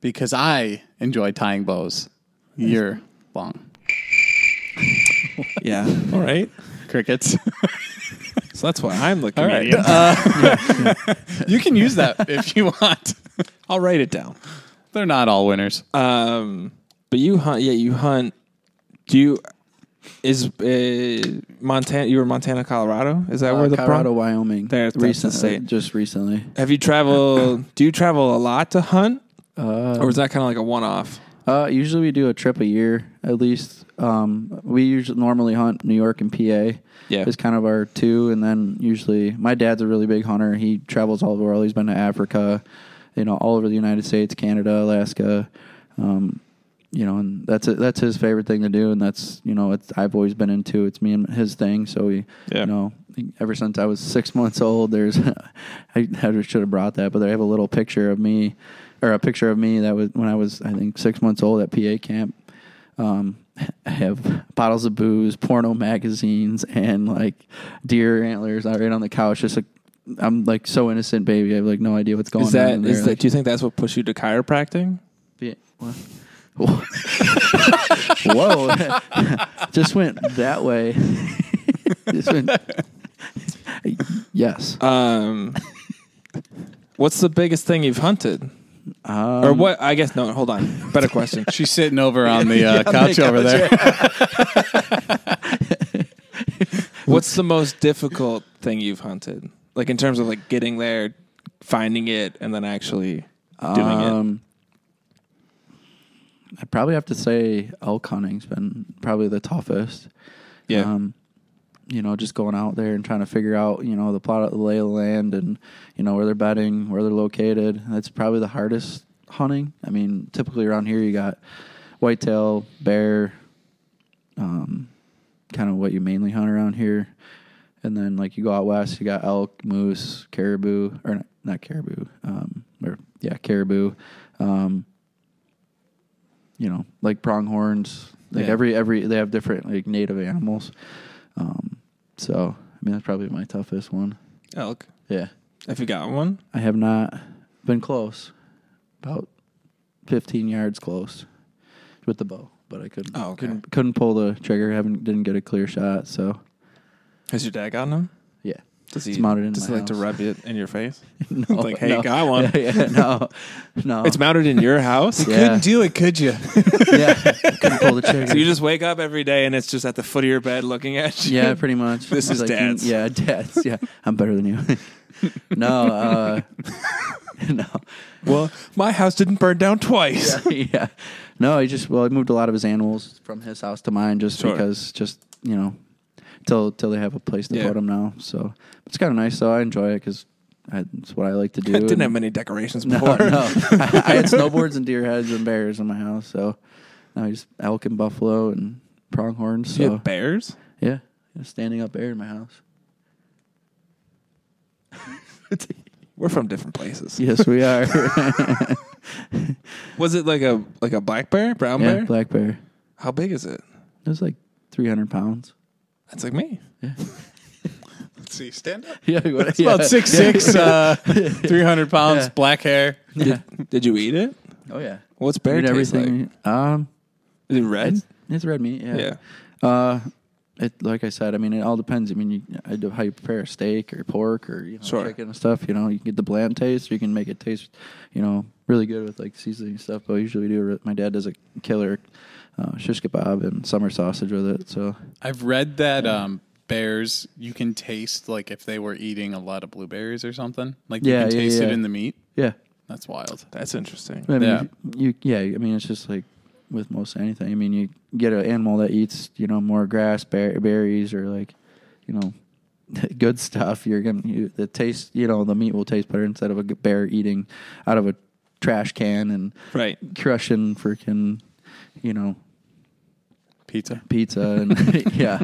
S1: because I enjoy tying bows year long.
S2: Yeah. All right.
S1: Crickets. <laughs>
S2: So that's why I'm the comedian.
S4: <laughs>
S2: <laughs>
S1: you can use that if you want.
S2: I'll write it down.
S1: They're not all winners. Uh,
S2: Um, but you hunt. Yeah, you hunt. Do you? Is uh, Montana? You were Montana, Colorado. Is that where
S4: Uh,
S2: the pro-
S4: Colorado, Wyoming.
S2: There, that's the
S4: recently,
S2: state.
S4: just recently.
S2: Have you <coughs> traveled? do you travel a lot to hunt, or is that kind of like a one-off?
S4: Uh, usually we do a trip a year at least. Um, we usually normally hunt New York and PA.
S2: Yeah.
S4: is kind of our two, and then usually my dad's a really big hunter. He travels all over the world. He's been to Africa, you know, all over the United States, Canada, Alaska. Um, you know, and that's it that's his favorite thing to do, and that's you know, it's I've always been into. It's me and his thing. So we,
S2: Yeah.
S4: you know, ever since I was six months old, there's <laughs> I, I should have brought that, but I have a little picture of me, or a picture of me that was when I was I think six months old at PA camp. Um, I have bottles of booze, porno magazines, and like deer antlers out right on the couch. Just like I'm like so innocent, baby. I have like no idea what's going
S2: Is that
S4: on. in
S2: is
S4: there.
S2: that? Do you think that's what pushed you to chiropractic?
S4: Yeah. What? Whoa. <laughs> Just went that way. <laughs> Just went. Yes.
S2: Um, <laughs> what's the biggest thing you've hunted,
S4: Um,
S2: or what? I guess no. Hold on. Better question. <laughs>
S1: She's sitting over on the uh,
S4: <laughs> Yeah,
S1: couch
S4: they
S1: over
S4: couch,
S1: there.
S2: What's the most difficult thing you've hunted? Like in terms of like getting there, Um, finding it, and then actually doing it.
S4: um, I probably have to say elk hunting's been probably the toughest.
S1: Yeah.
S4: Um, you know, just going out there and trying to figure out, you know, the plot of the lay of the land and, you know, where they're bedding, where they're located. That's probably the hardest hunting. I mean, typically around here you got whitetail, bear, um, kind of what you mainly hunt around here. And then like you go out west, you got elk, moose, caribou, or not, not caribou, um, or yeah, caribou. Um, you know, like pronghorns, like
S1: Yeah.
S4: every every they have different like native animals. Um, so I mean that's probably my toughest one.
S2: Elk.
S4: Yeah,
S2: If you got one,
S4: I have not been close, about fifteen yards close with the bow, but I couldn't
S2: Oh, okay.
S4: couldn't couldn't pull the trigger. Haven't didn't get a clear shot. So
S2: has your dad gotten him?
S4: yeah,
S2: Does he?
S4: It's mounted in
S2: does
S4: my
S2: he like to
S4: house.
S2: rub it in your face?
S4: <laughs> no,
S2: Like, hey, got one.
S4: Yeah, yeah, no, no,
S2: <laughs> It's mounted in your house.
S4: Yeah. Couldn't
S1: do it, could you?
S4: yeah, couldn't pull the trigger.
S2: <laughs> So you just wake up every day and it's just at the foot of your bed looking at you.
S4: Yeah, pretty much.
S2: This
S4: It's
S2: is
S4: like, you-
S2: dad's.
S4: Yeah, dad's. Yeah, I'm better than you. <laughs> no, uh, <laughs> no,
S2: Well, <laughs> my house didn't burn down twice.
S4: <laughs> yeah, no. He just well, he moved a lot of his animals from his house to mine just
S2: Sure.
S4: because, just you know, till till they have a place to
S2: Yeah.
S4: put them now. So it's kind of nice. though. I enjoy it because it's what I like to do.
S2: <laughs> I didn't
S4: and-
S2: have many <laughs> decorations
S4: <laughs> No,
S2: before.
S4: no. I, I had snowboards and deer heads and bears in my house. So now just elk and buffalo and pronghorns. So
S2: You have bears?
S4: yeah, a standing up bear in my house.
S2: We're from different places.
S4: Yes, we <laughs> are.
S2: Was it like a like a black bear, brown
S4: yeah,
S2: bear?
S4: black bear.
S2: How big is it?
S4: It was like 300 pounds.
S2: That's like <laughs> me.
S1: Let's <laughs> see, stand up.
S4: <laughs> Yeah,
S1: It's about six
S4: <laughs>
S1: six, uh,
S2: <laughs>
S1: three hundred pounds, black hair.
S4: Yeah.
S2: Did you eat it?
S4: Oh yeah.
S2: What's bear
S4: Eat
S2: taste like?
S4: everything. Um,
S2: Is it red?
S4: it's, it's red meat. Yeah.
S2: Yeah.
S4: Uh, it like I said. I mean, it all depends. I mean, you, I do- how you prepare a steak or pork or you know
S2: Sure.
S4: chicken and stuff. You know, you can get the bland taste, or you can make it taste, you know, really good with like seasoning and stuff. But I usually do. it- My dad does a killer uh, shish kebab and summer sausage with it. So
S1: I've read that um, bears you can taste like if they were eating a lot of blueberries or something. Like
S4: Yeah,
S1: you can
S4: yeah,
S1: taste
S4: yeah.
S1: it in the meat.
S4: yeah,
S1: That's wild.
S2: That's interesting.
S4: I mean,
S1: Yeah.
S4: You, yeah. I mean, it's just like with most anything. I mean, you get an animal that eats, you know, more grass, ber- berries, or like, you know, <laughs> good stuff. You're gonna you, the taste. You know, the meat will taste better instead of a g- bear eating out of a trash can and
S2: Right.
S4: crushing freaking, you know,
S1: Pizza. <laughs>
S4: pizza and <laughs> yeah,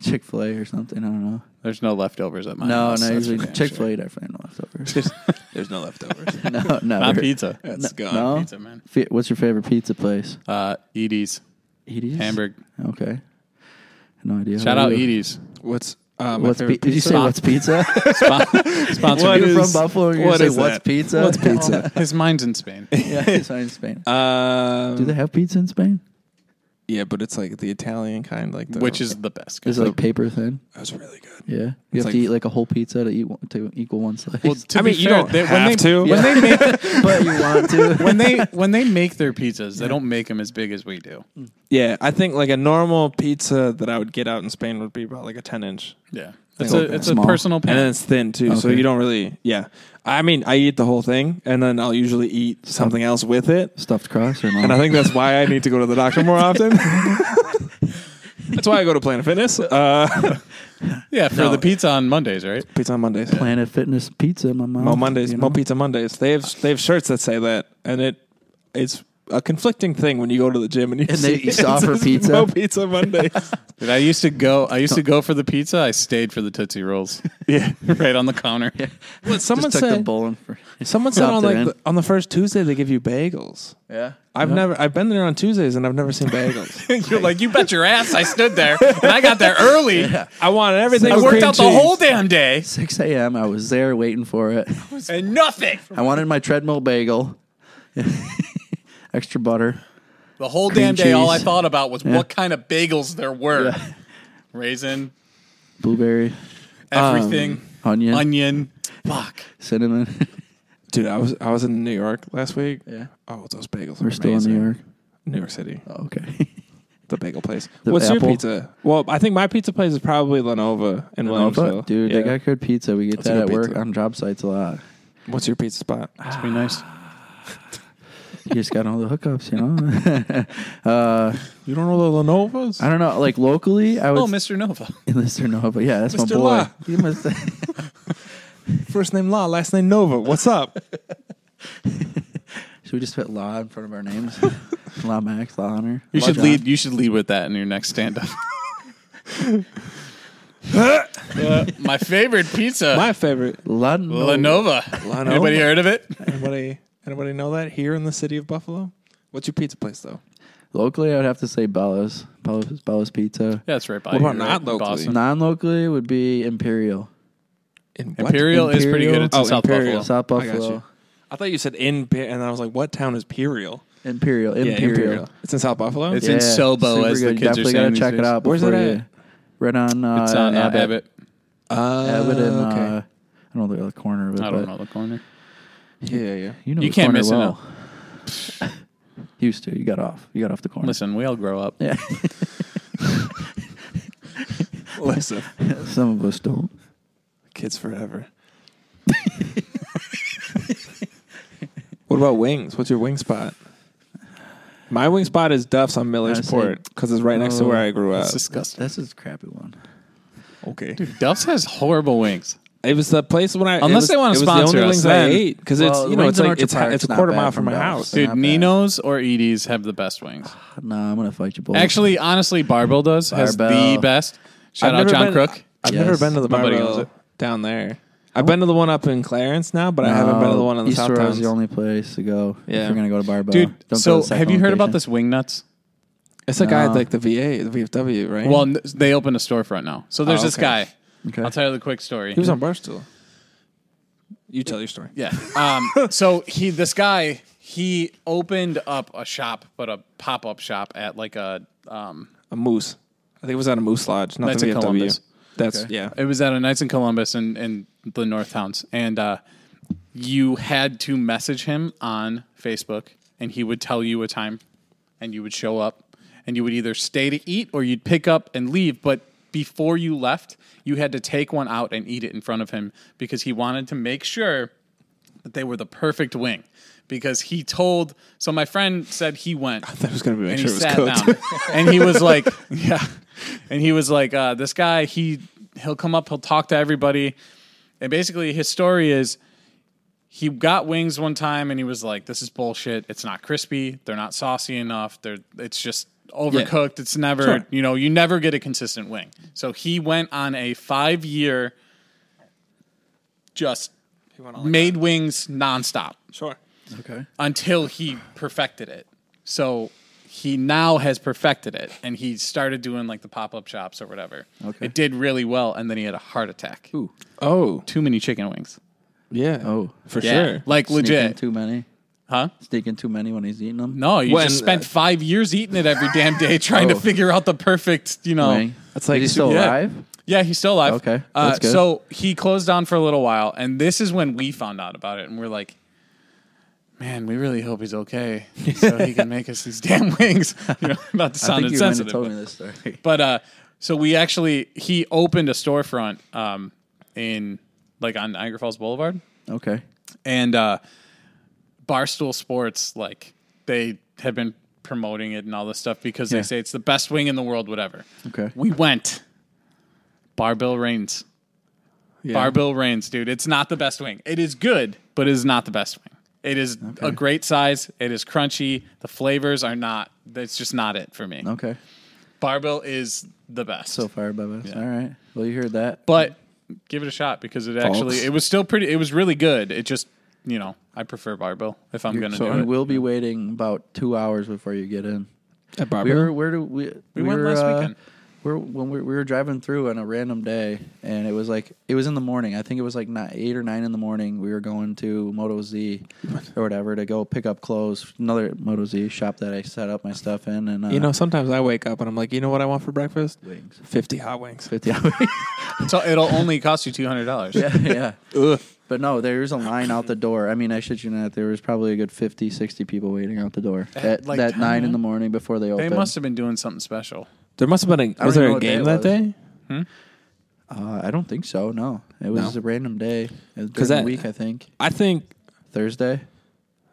S4: Chick Fil A or something. I don't know.
S1: There's no leftovers at my
S4: no,
S1: house.
S4: no.
S1: that's
S4: Usually
S1: for damn
S4: Chick Fil A
S1: sure.
S4: definitely no leftovers.
S1: <laughs>
S2: There's no leftovers.
S4: <laughs> no, no.
S1: Not pizza.
S2: That's gone.
S4: No.
S1: Pizza, man.
S4: Fi- What's your favorite pizza place?
S1: Uh, Edie's.
S4: Edie's?
S1: Hamburg.
S4: Okay. No idea.
S1: Shout out Edie's.
S2: What's uh, my
S4: What's
S2: favorite
S4: pi- did you
S2: pizza?
S4: say
S2: <laughs>
S4: what's pizza?
S1: Spon- sponsor.
S2: What
S1: me.
S4: You're
S2: is-
S4: from Buffalo. You're
S2: what
S4: gonna
S2: is
S4: say what's
S2: that?
S4: pizza? Oh,
S2: What's <laughs> pizza?
S1: His mind's in Spain.
S4: <laughs> yeah,
S2: <laughs>
S4: it's not in Spain.
S2: Um,
S4: Do they have pizza in Spain?
S2: Yeah, but it's like the Italian kind, like the,
S1: which is the best.
S4: Is it like paper thin?
S2: that's really good.
S4: Yeah, you
S2: It's
S4: have
S2: like-
S4: to eat like a whole pizza to eat one, to equal one slice.
S1: Well, to
S2: I
S1: be
S2: mean, you
S1: fair,
S2: don't
S1: they- when
S2: have
S1: they,
S2: to.
S1: When they
S2: <laughs>
S1: make
S4: <laughs> but you want to.
S1: <laughs> when they when they make their pizzas, they don't make them as big as we do.
S2: Yeah, I think like a normal pizza that I would get out in Spain would be about like a ten inch,
S1: Yeah, it's
S4: Okay.
S1: a it's a
S4: Small.
S1: personal
S2: and then
S1: pan.
S2: it's thin too, so
S4: Okay.
S2: you don't really. Yeah, I mean, I eat the whole thing, and then I'll usually eat something else with it,
S4: Stuffed crust or
S2: and I
S4: not?
S2: think that's why I need to go to the doctor
S1: <laughs>
S2: more often. <laughs> that's why I go to Planet Fitness. Uh, <laughs>
S1: Yeah, for
S2: No.
S1: the pizza on Mondays, right?
S2: pizza on Mondays.
S4: Planet Fitness pizza, my mom.
S2: Mo Mondays, Mo Pizza Mondays. They have they have shirts that say that, and it it's a conflicting thing when you go to the gym and you
S4: And they
S2: see
S4: used to
S2: it <laughs>
S4: offer
S2: says
S4: pizza?
S2: Mo Pizza <laughs> Mondays.
S1: Dude, I used to go. I used to go for the pizza. I stayed for the tootsie
S2: <laughs>
S1: rolls. yeah, <laughs> right on the counter.
S2: Well, someone
S4: Just took the
S2: said
S4: bowl and for,
S2: <laughs> someone said on
S4: dropped it
S2: like
S4: in.
S2: the, on the first Tuesday they give you bagels.
S4: yeah.
S2: I've never I've been there on Tuesdays and I've never seen
S1: <laughs>
S2: bagels.
S1: You're like, you bet your ass. I stood there and I got there early.
S2: <laughs> I wanted everything.
S1: I
S2: with
S1: worked
S2: cream
S1: out the
S2: cheese.
S1: whole damn day
S4: Six a.m. I was there waiting for it.
S1: and nothing.
S4: I wanted my treadmill bagel, <laughs> extra butter.
S1: The whole damn
S4: Cream
S1: day, all I
S4: cheese.
S1: thought about was what kind of bagels there were. Raisin,
S4: blueberry,
S1: Um, everything,
S4: onion,
S1: onion. Fuck.
S4: cinnamon.
S2: Dude, I was I was in New York last week.
S4: Yeah.
S2: Oh, those bagels.
S4: We're still in New York.
S2: New York City,
S4: Oh, okay. <laughs>
S2: the bagel place.
S4: The
S2: What's your
S4: apple?
S2: pizza? Well, I think my pizza place is probably Lenova in Williamsville.
S4: But, dude,
S2: Yeah.
S4: they got good pizza. We get
S2: a
S4: that at
S2: good
S4: work
S2: pizza.
S4: on job sites a lot.
S2: What's your pizza spot?
S1: Pretty nice.
S4: you just got all the hookups, you know. <laughs> uh,
S2: You don't know the Lenovas?
S4: I don't know. Like locally, I would
S1: Oh, Mr. Nova.
S4: <laughs> Mr. Nova. Yeah, that's
S2: Mr.
S4: my boy.
S2: La.
S4: <laughs> You must.
S2: First name La, last name Nova. What's up?
S4: Should we just put La in front of
S1: <laughs>
S4: our names? <laughs> La Max, La Honor.
S1: You
S4: La
S1: should
S4: John.
S1: lead. You should lead with that in your next stand-up. Uh, <laughs> my favorite pizza,
S2: <laughs> My favorite.
S4: La
S1: La Nova.
S2: Lanova.
S1: Anybody heard of it?
S2: Anybody anybody know that here in the city of Buffalo? What's your pizza place though?
S4: Locally, I would have to say Bella's. Bella's, Bella's Pizza.
S1: Yeah, that's right. By
S2: What about
S1: you,
S2: not
S1: right?
S2: locally?
S1: Boston.
S4: Non locally would be Imperial.
S2: In what?
S1: Imperial, is pretty good. It's in
S2: Oh,
S1: South
S2: Imperial.
S1: Buffalo.
S4: South
S2: I got
S4: Buffalo.
S2: you. I thought you said in, and I was like, what town is Imperial?
S4: Imperial. Imperial.
S2: It's in South Buffalo.
S1: It's in Sobo,
S4: super
S1: as the
S4: good.
S1: kids are
S4: Definitely
S1: saying
S4: gotta
S1: these
S4: check
S1: days.
S4: it out.
S2: Where's it
S4: before
S2: at?
S4: you- Right on. Uh,
S1: It's on uh, Abbott.
S2: uh,
S4: Abbott and, uh,
S2: okay.
S4: I don't know the other corner of it.
S1: I don't
S4: but
S1: know the corner.
S2: yeah, yeah.
S4: You know
S1: You
S4: the
S1: can't
S4: corner
S1: miss it
S4: well. <laughs> Used to. You got off. You got off the corner.
S1: Listen, we all grow up.
S4: Yeah.
S2: Listen,
S4: Some of us don't.
S2: kids
S4: <laughs>
S2: forever. what about wings? What's your wing spot? My wing spot is Duff's on Millersport because it's right next to where I
S4: Oh,
S2: grew up.
S1: It's disgusting.
S4: That's a crappy one.
S2: okay,
S1: Duff's has horrible wings.
S2: it was the place when I it
S1: Unless
S2: was-
S1: they wanna
S2: it was the
S1: sponsor
S2: only
S1: us,
S2: wings
S1: then-
S2: I ate because
S4: Well,
S2: it's you know
S4: wings
S2: it's
S4: in
S2: like
S4: Orchard
S2: it's,
S4: Park's
S2: it's a
S4: not
S2: quarter
S4: bad
S2: mile
S4: from
S2: from my
S4: Duff's.
S2: house.
S4: Not
S1: Dude,
S4: bad.
S1: Nino's or Edie's have the best wings.
S4: Nah, I'm gonna fight you both.
S1: Actually, honestly, Barbell does has
S4: Barbell.
S1: the best. Shout
S2: I've
S1: out
S2: never
S1: John
S2: been-
S1: Crook.
S2: I've
S4: Yes.
S2: never been to the
S1: Nobody
S2: Barbell
S1: owns it.
S2: down there. I've been to the one up in Clarence now, but I haven't been to the one in the
S4: East
S2: South
S4: Row is
S2: Towns.
S4: Uh, the only place to go.
S2: Yeah.
S4: If you're gonna go to Barbell,
S1: Dude,
S4: Don't go
S1: so
S4: to the
S1: have
S4: second
S1: you heard about
S4: location.
S1: this Wingnuts?
S2: It's a guy at
S4: No.
S2: like the VA, the VFW, right?
S1: Well, n- they opened a storefront now. So there's
S2: Oh,
S1: this
S2: okay.
S1: guy.
S4: Okay.
S1: I'll tell you the quick story.
S2: he was on Barstool. You tell your story.
S1: <laughs> Yeah. Um, so he, this guy, he opened up a shop, but a pop up shop at like a, um,
S2: A moose. I think it was at a moose lodge, not
S1: That's
S2: the
S1: in
S2: VFW.
S1: Columbus.
S2: That's yeah.
S1: it was at a Nights in Columbus and in, in the North Towns. And uh, you had to message him on Facebook and he would tell you a time and you would show up and you would either stay to eat or you'd pick up and leave. But before you left, you had to take one out and eat it in front of him because he wanted to make sure that they were the perfect wing. Because he told, so my friend said he went
S2: <laughs> That was gonna be
S1: and
S2: make sure
S1: he
S2: it was
S1: sat
S2: cooked.
S1: down
S2: <laughs>
S1: and he was like yeah and he was like uh, this guy he he'll come up he'll talk to everybody and basically his story is he got wings one time and he was like this is bullshit it's not crispy they're not saucy enough they're it's just overcooked it's never
S2: Sure.
S1: you know you never get a consistent wing so he went on a five year just made wings nonstop
S2: Sure.
S4: Okay.
S1: until he perfected it. So he now has perfected it and he started doing like the pop up shops or whatever.
S4: Okay.
S1: It did really well and then he had a heart attack.
S4: Ooh.
S2: Oh
S1: Too many chicken wings.
S2: yeah.
S4: Oh.
S2: for
S1: Yeah.
S2: sure.
S1: Like
S4: Sneaking
S1: legit.
S4: too many.
S1: huh?
S4: Sneaking too many when he's eating them.
S1: No, you
S2: When-
S1: just spent five years eating it every damn day <laughs> trying
S2: Oh.
S1: to figure out the perfect, you know.
S4: Wing.
S2: That's like
S4: Is he still
S1: yeah.
S4: alive?
S1: Yeah, he's still alive.
S4: Okay,
S1: Uh,
S4: that's good.
S1: So he closed down for a little while, and this is when we found out about it, and we're like, "Man, we really hope he's okay, so he
S4: <laughs>
S1: can make us these damn wings." <laughs> You know, not to
S4: I
S1: sound
S4: think you went
S1: insensitive,
S4: and told
S1: but-
S4: me this story.
S1: But uh, so we actually he opened a storefront um, in like on Niagara Falls Boulevard,
S4: Okay.
S1: and uh, Barstool Sports like they had been promoting it and all this stuff because
S4: Yeah.
S1: they say it's the best wing in the world, whatever.
S4: Okay.
S1: We went. Barbell Reigns.
S2: Yeah.
S1: Barbell Reigns, dude. It's not the best wing. It is good, but it is not the best wing. It is a great size. It is crunchy. The flavors are not. That's just not it for me.
S4: Okay.
S1: Barbell is the best.
S4: So far above us. All right. Well, you heard that.
S1: but give it a shot because it actually
S2: Folks.
S1: it was still pretty it was really good it just you know i prefer barbell if i'm gonna
S4: So
S1: do
S4: we
S1: it
S4: will be waiting about two hours before you get in.
S2: At
S4: We
S2: Barbara.
S4: were where do we? We,
S1: went
S4: were,
S1: last
S4: uh,
S1: weekend.
S4: We're, when we, we were driving through on a random day, and it was like it was in the morning. I think it was like ni- eight or nine in the morning. We were going to
S1: <laughs>
S4: Moto Z or whatever to go pick up clothes. Another Moto Z shop that I set up my stuff in, and uh,
S2: you
S4: <laughs>
S2: know, sometimes I wake up and I'm like, you know what I want for breakfast?
S4: wings.
S2: Fifty hot wings.
S4: Fifty hours.
S1: so it'll only cost you $200
S4: yeah, <laughs> yeah. But no, there was a line out the door. I mean, I shit you not. There was probably a good 50, 60 people waiting out the door at,
S1: like,
S4: that nine
S1: time?
S4: in the morning before they
S1: they
S4: opened.
S1: must have been doing something special
S2: There must have been a. Was
S4: even
S2: there
S4: know
S2: a
S4: what day
S2: game
S4: it
S2: that day?
S4: was. Uh, I don't think so. No, it was
S2: No.
S4: a random day. It was
S2: 'Cause
S4: during the
S2: that-
S4: week, I think
S2: I think
S4: Thursday.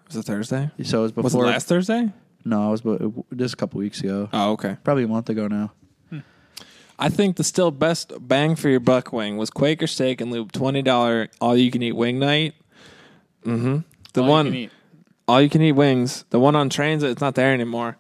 S2: Was it Thursday?
S4: So it was before.
S2: Was it last Thursday?
S4: No, it was bu- just a couple weeks ago.
S2: Oh, okay.
S4: Probably a month ago now.
S2: I think the still best bang for your buck wing was Quaker Steak and Lube twenty dollar all you can eat wing night. Mm-hmm. The
S1: All you
S2: one
S1: can eat.
S2: all you can eat wings. The one on trains it's not there anymore,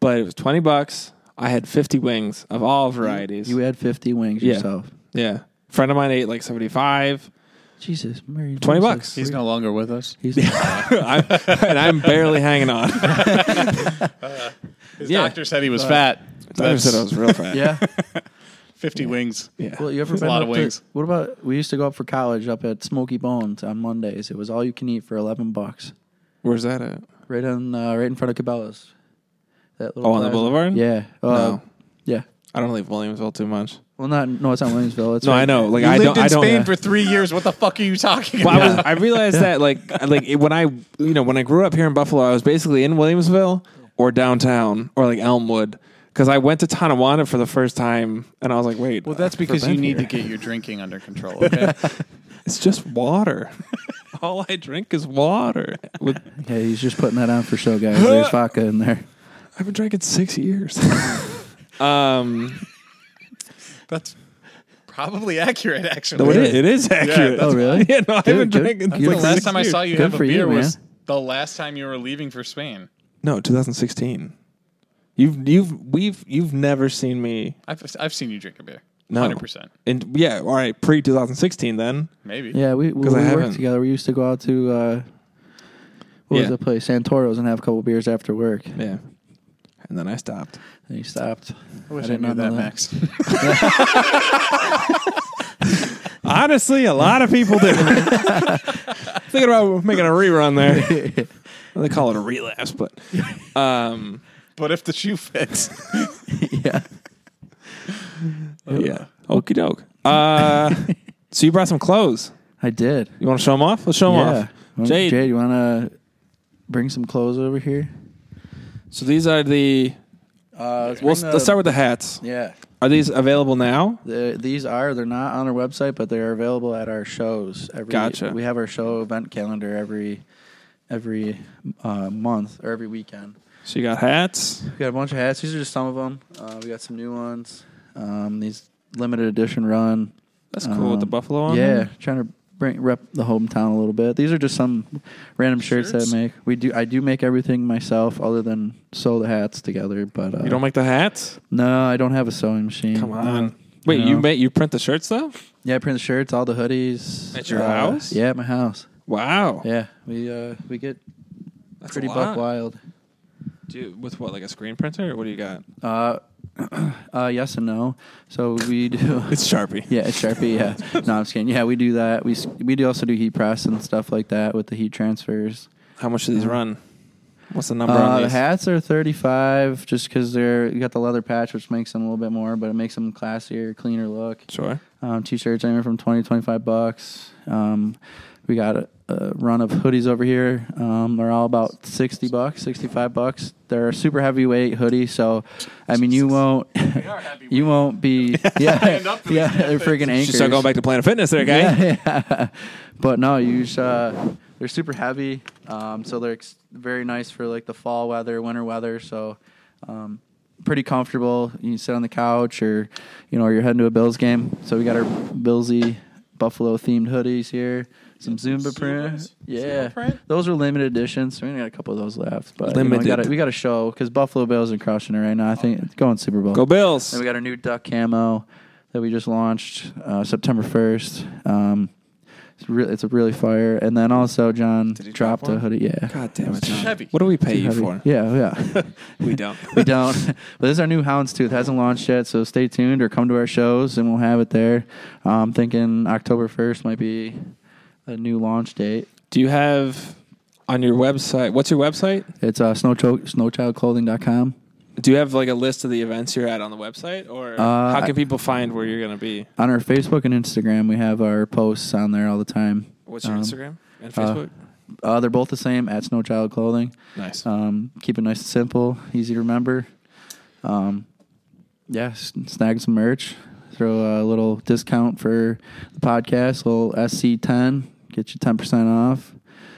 S2: but it was twenty bucks. I had fifty wings of all varieties.
S4: You had 50 wings
S2: Yeah.
S4: yourself.
S2: yeah, friend of mine ate like seventy five,
S4: Jesus, Mary.
S2: 20
S4: Jesus.
S2: bucks.
S1: He's no longer with us.
S2: <laughs>
S4: He's
S2: I'm- and I'm barely hanging on.
S1: His
S2: Yeah.
S1: doctor said he was fat.
S2: I
S1: That's
S2: said I was real <laughs> fat.
S4: yeah.
S1: 50 wings.
S2: yeah.
S4: Well, you ever
S1: That's a
S4: been
S1: lot
S4: up
S1: of
S4: to-
S1: wings.
S4: what about we used to go up for college up at Smoky Bones on Mondays? It was all you can eat for 11 bucks.
S2: Where's that at?
S4: Right on, uh, right in front of Cabela's. That little
S2: Oh, on the
S4: plaza.
S2: boulevard?
S4: Yeah. Uh,
S2: No.
S4: Yeah.
S2: I don't leave Williamsville too much.
S4: Well, not no, it's not Williamsville. It's
S2: No,
S4: right-
S2: I know. Like
S1: You
S2: I
S1: lived
S2: don't.
S1: in
S2: I don't.
S1: Spain for three years. What the fuck are you talking about?
S2: Well, I, <laughs> was, I realized that like I- like it, when I you know when I grew up here in Buffalo, I was basically in Williamsville or downtown or like Elmwood because I went to Tonawanda for the first time and I was like, wait,
S1: Well, that's
S2: I've never
S1: because you
S2: been
S1: need to
S2: here.
S1: get your drinking under <laughs> control. Okay?
S2: It's just water. <laughs> All I drink is water. With,
S4: Yeah, he's just putting that on for show,
S2: <gasps>
S4: guys. There's vodka in there.
S2: I've been drinking six years. <laughs> um,
S1: That's probably accurate, actually.
S2: no, it is, it is accurate.
S1: that's
S4: Oh, really?
S2: <laughs> Yeah, no, I've
S4: Dude,
S2: been
S4: good-
S2: drinking.
S4: good
S1: The
S4: for
S2: like
S1: last
S2: six
S1: time I
S2: years.
S1: saw you
S4: Good
S1: have a
S4: for you,
S1: beer was
S4: man.
S1: the last time you were leaving for Spain.
S2: No, 2016. You've you've we've you've never seen me.
S1: I've I've seen you drink a beer.
S2: No.
S1: Hundred percent,
S2: And yeah, all right, pre 2016 then.
S1: maybe.
S4: Yeah, we we,
S2: 'Cause I
S4: we
S2: haven't.
S4: worked together. We used to go out to uh, what
S2: Yeah.
S4: was the place? Santoro's and have a couple beers after work. And
S2: Yeah. And then I stopped.
S4: he stopped.
S1: I wish I,
S4: did
S1: knew
S4: not know
S1: that,
S4: that.
S1: Max. <laughs>
S2: Honestly, a lot of people <laughs> do. Thinking about making a rerun there. Well, <laughs> they call it a relapse, but um,
S1: but if the shoe fits,
S4: yeah.
S2: Oh, yeah. Okie doke. Uh, so you brought some clothes.
S4: I did.
S2: You want to show them off? Let's show them
S4: yeah.
S2: off.
S4: Well,
S2: Jade.
S4: you want to bring some clothes over here?
S2: So these are the.
S4: Uh,
S2: We'll, let's start with the hats.
S4: Yeah.
S2: Are these available now?
S4: The, these are they're not on our website, but they're available at our shows. Every,
S2: Gotcha.
S4: We have our show event calendar every every uh, month or every weekend.
S2: So you got hats.
S4: We got a bunch of hats. These are just some of them. Uh, we got some new ones. Um, these limited edition run.
S2: That's cool with the
S4: Um,
S2: buffalo on.
S4: Yeah,
S2: them.
S4: trying to bring rep the hometown a little bit. These are just some random shirts,
S1: Shirts?
S4: that I make. We do I do make everything myself, other than sew the hats together. But uh,
S2: You don't make the hats?
S4: no, I don't have a sewing machine.
S2: Come on. Wait, you
S4: Mm-hmm. No.
S2: make you print the shirts though?
S4: Yeah, I print the shirts, all the hoodies. Uh,
S2: At your house?
S4: Yeah, at my house.
S2: Wow.
S4: Yeah, we uh we get
S2: That's
S4: pretty
S2: a lot.
S4: buck wild.
S2: Dude, with what, like a screen printer? Or what do you got?
S4: Uh, <clears throat> uh, yes and no. So
S2: <laughs>
S4: we do. <laughs>
S2: It's Sharpie.
S4: Yeah, it's Sharpie. Yeah, no, I'm just kidding. Yeah, we do that. We s- we do also do heat press and stuff like that with the heat transfers.
S2: How much do these run? What's the number
S4: Mm-hmm. Uh,
S2: on
S4: the
S2: these?
S4: hats are 35 just because they're you got the leather patch, which makes them a little bit more, but it makes them classier, cleaner look.
S2: Sure.
S4: Um, t-shirts anywhere from 20 to 25 bucks. Um, we got a, a run of hoodies over here. Um, they're all about 60 bucks, 65 bucks. They're a super heavyweight hoodie, so I mean you won't <laughs> you
S2: <laughs>
S4: won't be yeah yeah they're freaking
S2: She's
S4: anchors.
S2: still going back to Planet Fitness there, guy.
S4: <laughs> Yeah, yeah. but no, you just, uh, they're super heavy, um, so they're ex- very nice for like the fall weather, winter weather. So um, pretty comfortable. You can sit on the couch, or you know, or you're heading to a Bills game. So we got our Billsy Buffalo themed hoodies here. Some Zumba print, yeah. Those are limited editions. So we only got a couple of those left, but you know, we
S2: Limited.
S4: got we got a show because Buffalo Bills are crushing it right now. I think it's going Super Bowl.
S2: Go Bills.
S4: Then we got our new duck camo that we just launched uh, September 1st. Um, it's, re- it's a really fire. And then also, John
S2: he
S4: dropped
S2: drop
S4: a hoodie. Yeah.
S2: God damn it, John.
S1: Heavy.
S2: What do we pay you
S4: Heavy.
S2: for?
S4: Yeah, oh, yeah.
S2: We don't.
S4: we don't. <laughs> But this is our new Houndstooth. hasn't launched yet, so stay tuned or come to our shows and we'll have it there. I'm thinking October 1st might be a new launch date.
S2: do you have on your website, what's your website?
S4: It's uh, snowcho- snowchildclothing.com.
S2: Do you have like a list of the events you're at on the website? Or
S4: Uh,
S2: how can
S4: I-
S2: people find where you're going to be?
S4: On our Facebook and Instagram, we have our posts on there all the time.
S2: What's your
S4: Um,
S2: Instagram and Facebook?
S4: Uh, they're both the same at Snowchild Clothing.
S2: nice.
S4: Um, keep it nice and simple, easy to remember. Um, yeah, s- snag some merch. Throw a little discount for the podcast, little SC10. Get you 10% off.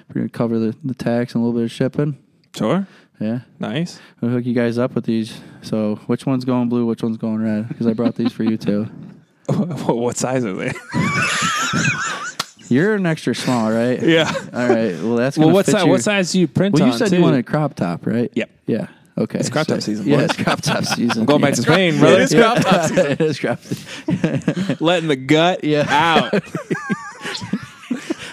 S4: We're gonna cover the, the tax and a little bit of shipping.
S2: Sure.
S4: Yeah,
S2: Nice.
S4: I'll hook you guys up with these. So which one's going blue? Which one's going red? Because I brought these for
S2: <laughs>
S4: you too.
S2: what size are they?
S4: You're an extra small,
S2: <laughs>
S4: right?
S2: yeah.
S4: All right. Well, that's
S2: Well,
S4: gonna
S2: what
S4: fit
S2: size?
S4: your-
S2: What size do you print
S4: Well,
S2: on?
S4: you said
S2: too?
S4: you
S2: <laughs>
S4: wanted a crop top, right?
S2: Yep.
S4: Yeah. Okay.
S2: It's crop top season,
S4: Yeah,
S2: boy.
S4: it's crop
S2: <laughs>
S4: top season.
S2: I'm going back to Spain, brother.
S1: It is
S2: <laughs>
S1: crop top
S4: season. it is crop.
S2: Letting the gut
S4: Yeah.
S2: out.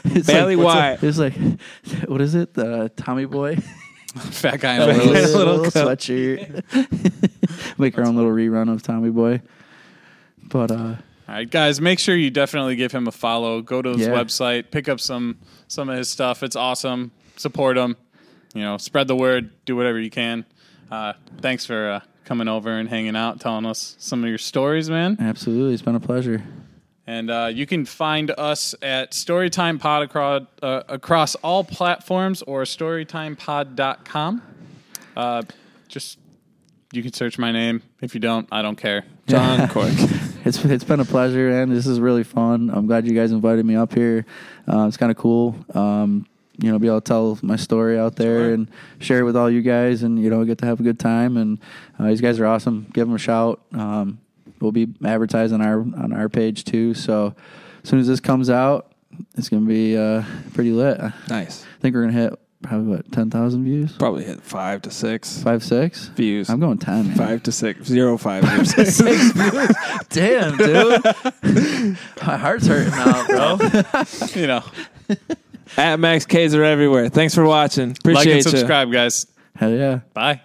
S4: It's
S2: Barely
S4: what's
S2: white.
S4: It? It's like, what is it? The Tommy Boy?
S2: <laughs>
S1: Fat guy in a
S4: <laughs> little,
S1: little.
S2: Little cup.
S4: sweatshirt. <laughs> Make our own little rerun of Tommy Boy. But uh,
S1: <laughs> All right, guys, make sure you definitely give him a follow. Go to his
S4: Yeah.
S1: website, pick up some some of his stuff. It's awesome. Support him. You know, spread the word. Do whatever you can. Uh, thanks for uh, coming over and hanging out, telling us some of your stories, man.
S4: absolutely, it's been a pleasure.
S1: And uh, you can find us at Storytime Pod across, uh, across all platforms or storytimepod.com. Uh, just you can search my name. If you don't, I don't care.
S2: John Cork.
S1: <laughs>
S4: <laughs> It's it's been a pleasure, and this is really fun. I'm glad you guys invited me up here. Uh, it's kind of cool, um, you know, be able to tell my story out there and share it with all you guys, and you know, get to have a good time. And uh, these guys are awesome. Give them a shout. Um, we'll be advertising our on our page too. So as soon as this comes out, it's gonna be uh, pretty lit. I
S2: nice.
S4: think we're gonna hit probably what ten thousand views,
S2: Probably hit five to six
S4: five six.
S2: views.
S4: I'm going ten. Man.
S2: five to six. Zero five. views.
S4: Damn,
S2: <laughs>
S4: dude. <laughs> my heart's hurting now, bro.
S1: <laughs> You know,
S2: At Max K's are everywhere. Thanks for watching. Appreciate
S1: like and
S2: ya.
S1: subscribe, guys.
S4: Hell yeah.
S1: Bye.